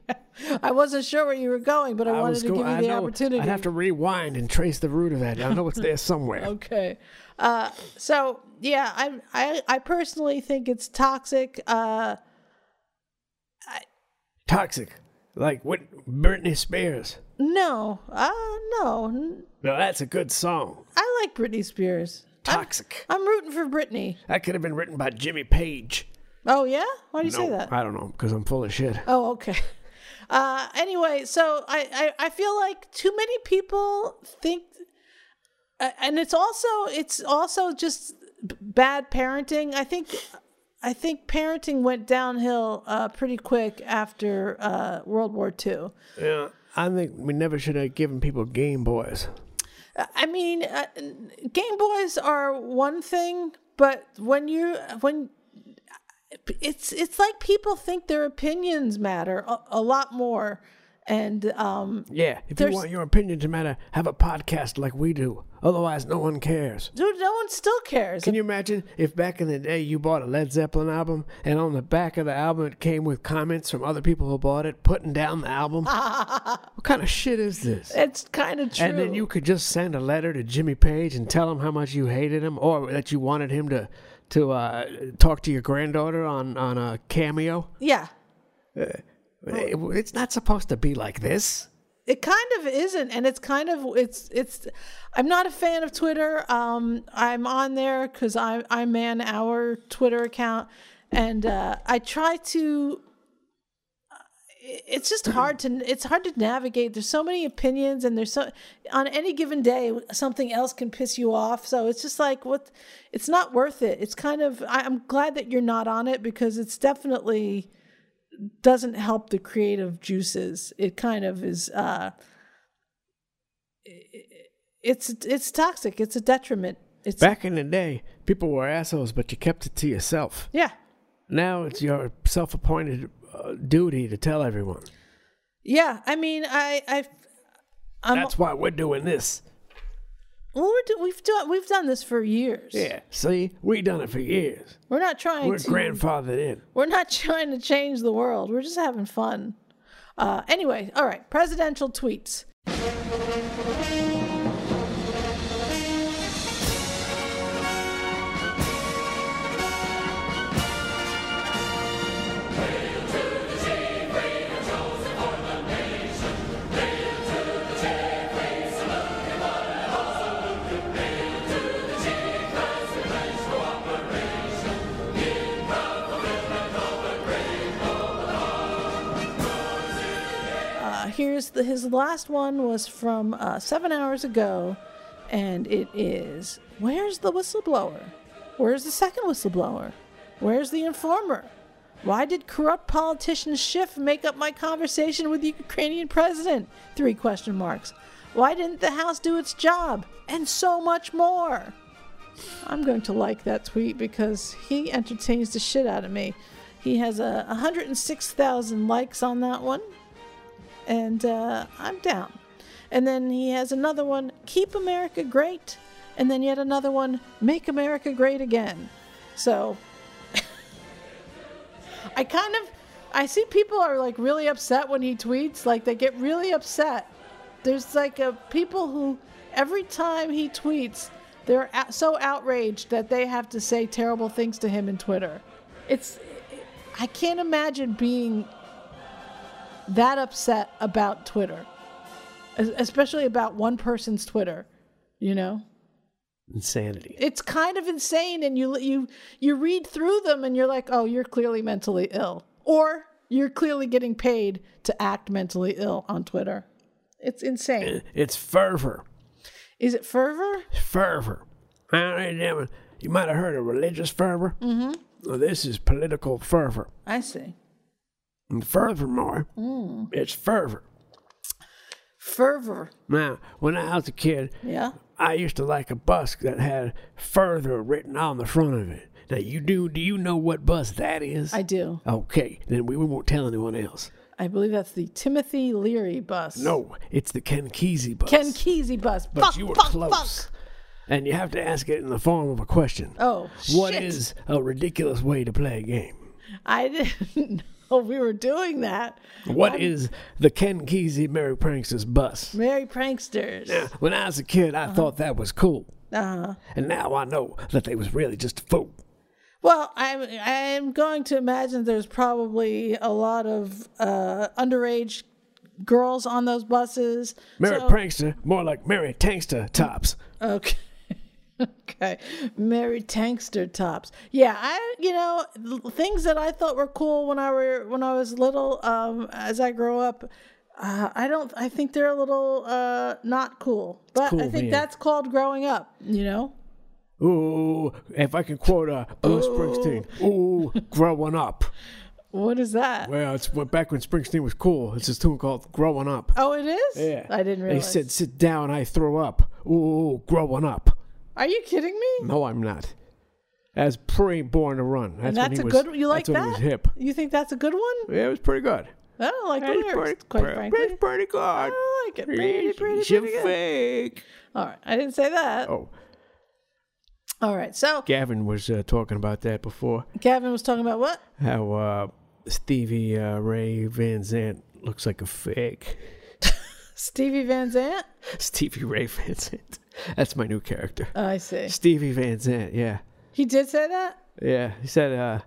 S3: I wasn't sure where you were going, but I, wanted to
S2: go-
S3: give you
S2: I
S3: the
S2: know-
S3: opportunity.
S2: I'd have to rewind and trace the root of that. I know it's there somewhere.
S3: okay uh so yeah i i i personally think it's toxic uh
S2: Toxic, like what Britney Spears.
S3: no uh no N-
S2: Now that's a good song.
S3: i like britney spears
S2: Toxic.
S3: i'm rooting for britney
S2: That could have been written by Jimmy Page.
S3: oh yeah why do you say
S2: No,
S3: that
S2: I don't know because I'm full of shit.
S3: oh okay uh anyway so i i, I feel like too many people think uh, and it's also it's also just b- bad parenting i think I think parenting went downhill uh, pretty quick after uh, World War II.
S2: Yeah, I think we never should have given people Game Boys.
S3: I mean, uh, Game Boys are one thing, but when you when it's it's like people think their opinions matter a, a lot more, and um,
S2: Yeah, if
S3: There's-
S2: you want your opinion to matter, have a podcast like we do. Otherwise, no one cares.
S3: dude, no one still cares.
S2: Can you imagine if back in the day you bought a Led Zeppelin album and on the back of the album it came with comments from other people who bought it putting down the album? what kind of shit is this?
S3: it's kind of true.
S2: And then you could just send a letter to Jimmy Page and tell him how much you hated him or that you wanted him to to uh, talk to your granddaughter on on a cameo.
S3: yeah,
S2: It- It's not supposed to be like this.
S3: It kind of isn't, and it's kind of it's it's. I'm not a fan of Twitter. Um, I'm on there because I I man our Twitter account, and uh, I try to. It's just hard to it's hard to navigate. There's so many opinions, and there's so on any given day something else can piss you off. So it's just like what, it's not worth it. It's kind of I, I'm glad that you're not on it because it's definitely doesn't help the creative juices. It kind of is. Uh, it's it's toxic. It's a detriment. It's
S2: Back in the day, people were assholes, but you kept it to yourself.
S3: yeah,
S2: Now it's your self appointed uh, duty to tell everyone.
S3: yeah. I mean, I I I'm,
S2: That's why we're doing this.
S3: well, we're do, we've done we've done this for years.
S2: Yeah, see, we done it for years.
S3: We're not trying
S2: We're
S3: to
S2: grandfathered in.
S3: we're not trying to change the world. We're just having fun. Uh, anyway, all right. Presidential tweets. Uh, here's the, his last one was from uh, seven hours ago, and it is Where's the whistleblower? Where's the second whistleblower? Where's the informer? Why did corrupt politician Schiff make up my conversation with the Ukrainian president? Three question marks. Why didn't the House do its job? And so much more. I'm going to like that tweet because he entertains the shit out of me. He has uh, a 106,000 likes on that one and uh, I'm down. And then he has another one, Keep America Great. And then yet another one, Make America Great Again. So I kind of, I see people are like really upset when he tweets. Like they get really upset. There's like a, people who, every time he tweets, they're a- so outraged that they have to say terrible things to him in Twitter. It's, I can't imagine being that upset about Twitter, es- especially about one person's Twitter. You know,
S2: Insanity.
S3: it's kind of insane, and you you you read through them, and you're like, oh, you're clearly mentally ill, or you're clearly getting paid to act mentally ill on Twitter. It's insane.
S2: It's fervor.
S3: Is it fervor?
S2: Fervor. I don't know, You might have heard of religious fervor. Mm-hmm. Well, this is political fervor.
S3: I see.
S2: And furthermore, it's fervor.
S3: Fervor.
S2: Now, when I was a kid,
S3: Yeah.
S2: I used to like a bus that had further written on the front of it. Now you do do you know what bus that is?
S3: I do.
S2: Okay, then we, we won't tell anyone else.
S3: I believe that's the Timothy Leary bus.
S2: No, it's the Ken Kesey bus.
S3: Ken Kesey bus.
S2: But
S3: fuck,
S2: you were
S3: fuck,
S2: close.
S3: fuck.
S2: And you have to ask it in the form of a question.
S3: Oh,
S2: What
S3: shit.
S2: is a ridiculous way to play a game?
S3: I didn't know we were doing that.
S2: What is the Ken Kesey Merry Pranksters bus?
S3: Merry pranksters.
S2: When I was a kid, I thought that was cool.
S3: Uh-huh.
S2: And now I know that they was really just a fool.
S3: Well, I'm I'm going to imagine there's probably a lot of uh, underage girls on those buses.
S2: Merry
S3: So-
S2: Prankster, more like Merry Tankster tops.
S3: Okay. okay. Merry tankster tops. Yeah, I you know l- things that I thought were cool when I were when I was little. Um, as I grow up. Uh, I don't. I think they're a little uh, not cool, but I
S2: cool
S3: think
S2: being-
S3: that's called growing up. You know,
S2: Ooh, if I can quote uh, Bruce Springsteen, ooh, growing up.
S3: what is that?
S2: Well, it's when, back when Springsteen was cool. It's this tune called Growing Up.
S3: Oh, it is.
S2: Yeah.
S3: I didn't
S2: They
S3: realize.
S2: said, sit down, I throw up. Ooh, growing up.
S3: Are you kidding me?
S2: No, I'm not. As pre born to run. That's
S3: And
S2: when
S3: that's
S2: he
S3: a
S2: was,
S3: good. You like
S2: that's when
S3: that?
S2: he was hip.
S3: You think that's a good one?
S2: Yeah, it was pretty good.
S3: I don't like the
S2: It's
S3: lyrics,
S2: pretty,
S3: quite
S2: pretty-
S3: frankly.
S2: it's pretty good.
S3: I don't like it. Pretty, pretty,
S2: You
S3: pretty good.
S2: fake.
S3: All right, I didn't say that.
S2: Oh,
S3: All right, so
S2: Gavin was uh, talking about that before.
S3: Gavin was talking about what?
S2: How uh, Stevie uh, Ray Van Zant looks like a fake.
S3: Stevie Van Zant.
S2: Stevie Ray Van Zant. That's my new
S3: Uh.
S2: character.
S3: Oh, I see.
S2: Stevie Van Zant, yeah.
S3: He did say that.
S2: Yeah, he said, uh,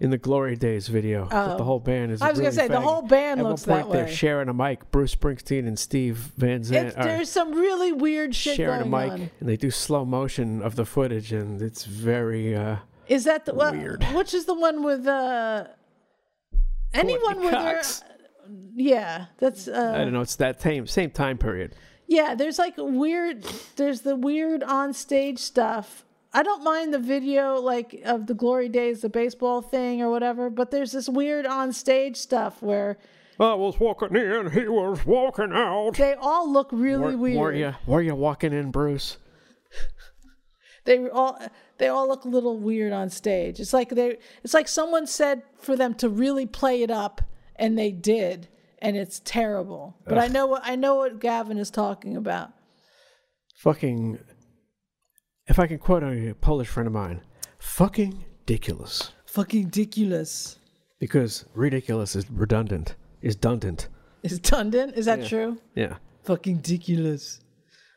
S2: in the glory days video. But the whole band is.
S3: Oh. I was gonna
S2: really
S3: say, the
S2: faggot.
S3: whole band
S2: At
S3: looks
S2: one
S3: that
S2: point, they're
S3: way.
S2: sharing a mic. Bruce Springsteen and Steve Van Zandt
S3: It's,
S2: are
S3: there's some really weird shit
S2: sharing a
S3: going
S2: mic,
S3: on.
S2: and they do slow motion of the footage, and it's very. Uh,
S3: Is that the well,
S2: Weird.
S3: Which is the one with uh anyone with their
S2: Cox.
S3: yeah that's uh
S2: I don't know. It's that same same time period.
S3: yeah there's like weird there's the weird on stage stuff i don't mind the video like of the glory days the baseball thing or whatever but there's this weird on stage stuff where
S5: I was walking in, he was walking out.
S3: they all look really weird
S2: Were you were you walking in, Bruce?
S3: they were all they all look a little weird on stage. It's like they it's like someone said for them to really play it up and they did and it's terrible. But I know what I know what Gavin is talking about.
S2: Fucking. If I can quote a Polish friend of mine, fucking ridiculous.
S3: Fucking ridiculous.
S2: Because ridiculous is redundant. Is redundant.
S3: Is Dundon? Is that true?
S2: Yeah.
S3: Fucking ridiculous.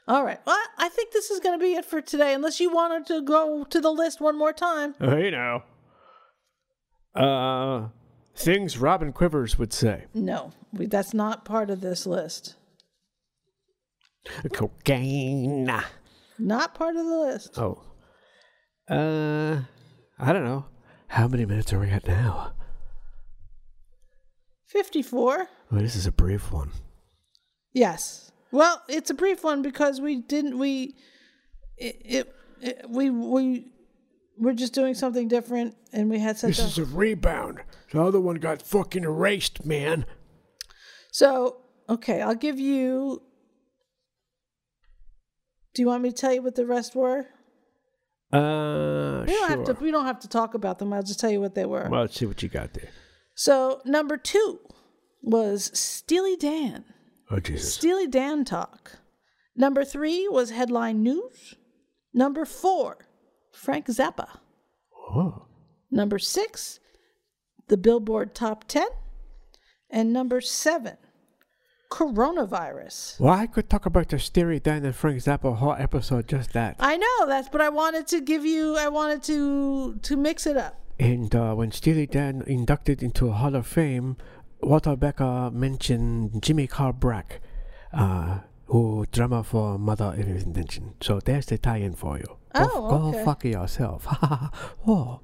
S3: All right. Well, I think this is going to be it for today unless you wanted to go to the list one more time.
S2: Hey now. Uh, things Robin Quivers would say.
S3: No. We, that's not part of this list.
S2: Cocaine.
S3: Not part of the list.
S2: Oh. Uh, I don't know. How many minutes are we at now?
S3: 54.
S2: Well, Oh, this is a brief one.
S3: Yes. Well, it's a brief one because we didn't we it, it, it we we we're just doing something different and we had such
S2: This
S3: a
S2: is a rebound. The other one got fucking erased, man.
S3: So, okay, I'll give you Do you want me to tell you what the rest were?
S2: Uh,
S3: We don't
S2: sure.
S3: have to we don't have to talk about them. I'll just tell you what they were.
S2: Well, let's see what you got there.
S3: So, number 2 was Steely Dan.
S2: Oh Jesus!
S3: Steely Dan talk. Number 3 was headline news. Number 4, Frank Zappa.
S2: Oh,
S3: Number six, the Billboard Top 10. And number seven, coronavirus.
S2: well, I could talk about the Steely Dan and Frank Zappa whole episode just that.
S3: I know that's, but I wanted to give you, I wanted to to mix it up.
S2: And uh, when Steely Dan inducted into Hall of Fame, Walter Becker mentioned Jimmy Carl Brack, uh, who drummer for Mother of Invention. So there's the tie-in for you. Go-
S3: Oh,
S2: go
S3: okay.
S2: fuck yourself. oh,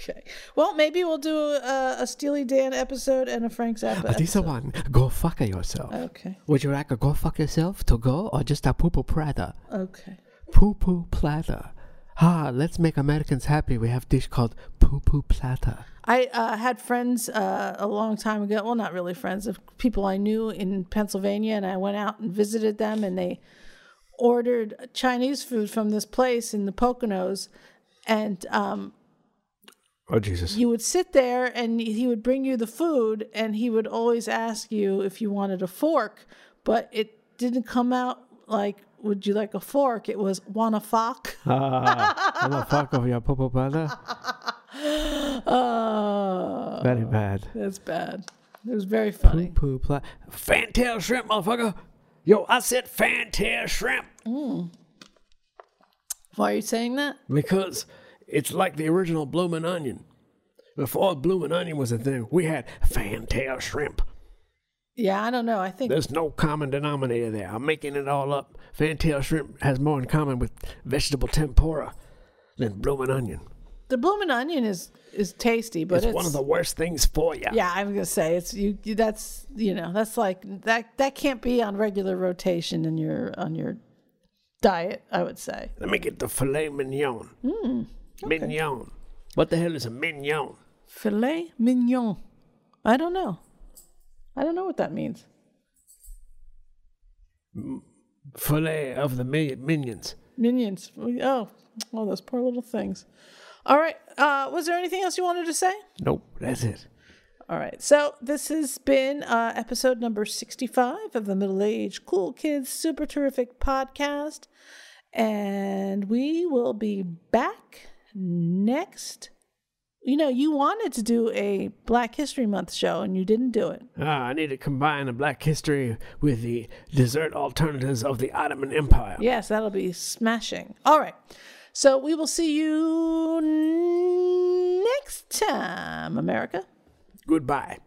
S3: Okay. Well, maybe we'll do a, a Steely Dan episode and a Frank Zappa.
S2: this is
S3: episode.
S2: one. Go fuck yourself.
S3: Okay.
S2: Would you like a go fuck yourself to go or just a poo poo platter?
S3: Okay.
S2: Poo poo platter. Ha, let's make Americans happy. We have dish called poo poo platter.
S3: I uh, had friends uh, a long time ago. Well, not really friends, of people I knew in Pennsylvania, and I went out and visited them, and they ordered Chinese food from this place in the Poconos, and um,
S2: Oh, Jesus.
S3: you would sit there, and he would bring you the food, and he would always ask you if you wanted a fork, but it didn't come out like "Would you like a fork?" It was "Want a fork."
S2: I'm a fuck of your poo poo platter.
S3: Uh,
S2: Very bad.
S3: that's bad. It was very funny.
S2: Poo Oh. pla- Fantail shrimp, motherfucker. Yo, I said fantail shrimp
S3: Why are you saying that?
S2: because it's like the original bloomin' onion. Before bloomin' onion was a thing, we had fantail shrimp.
S3: Yeah, I don't know. I think
S2: There's no common denominator there. I'm making it all up. Fantail shrimp has more in common with vegetable tempura than bloomin' onion.
S3: the bloomin' onion is is tasty, but
S2: It's,
S3: it's,
S2: one of the worst things for you.
S3: yeah. I'm gonna say it's you. you- That's you know that's like that that can't be on regular rotation in your on your diet. I would say
S2: Let me get the filet mignon.
S3: Mm,
S2: Mignon. What the hell is a mignon?
S3: filet mignon. I don't know. I don't know what that means.
S2: Filet of the mi- minions.
S3: Minions. Oh, all those poor little things. All right. Uh, was there anything else you wanted to say?
S2: Nope, that's it.
S3: All right. So this has been uh, episode number 65 of the Middle Age Cool Kids Super Terrific Podcast. And we will be back next. You know, you wanted to do a Black History Month show and you didn't do it.
S2: Ah, I need to combine the black history with the dessert alternatives of the Ottoman Empire.
S3: Yes, that'll be smashing. All right. So we will see you
S9: next time, America.
S3: Goodbye.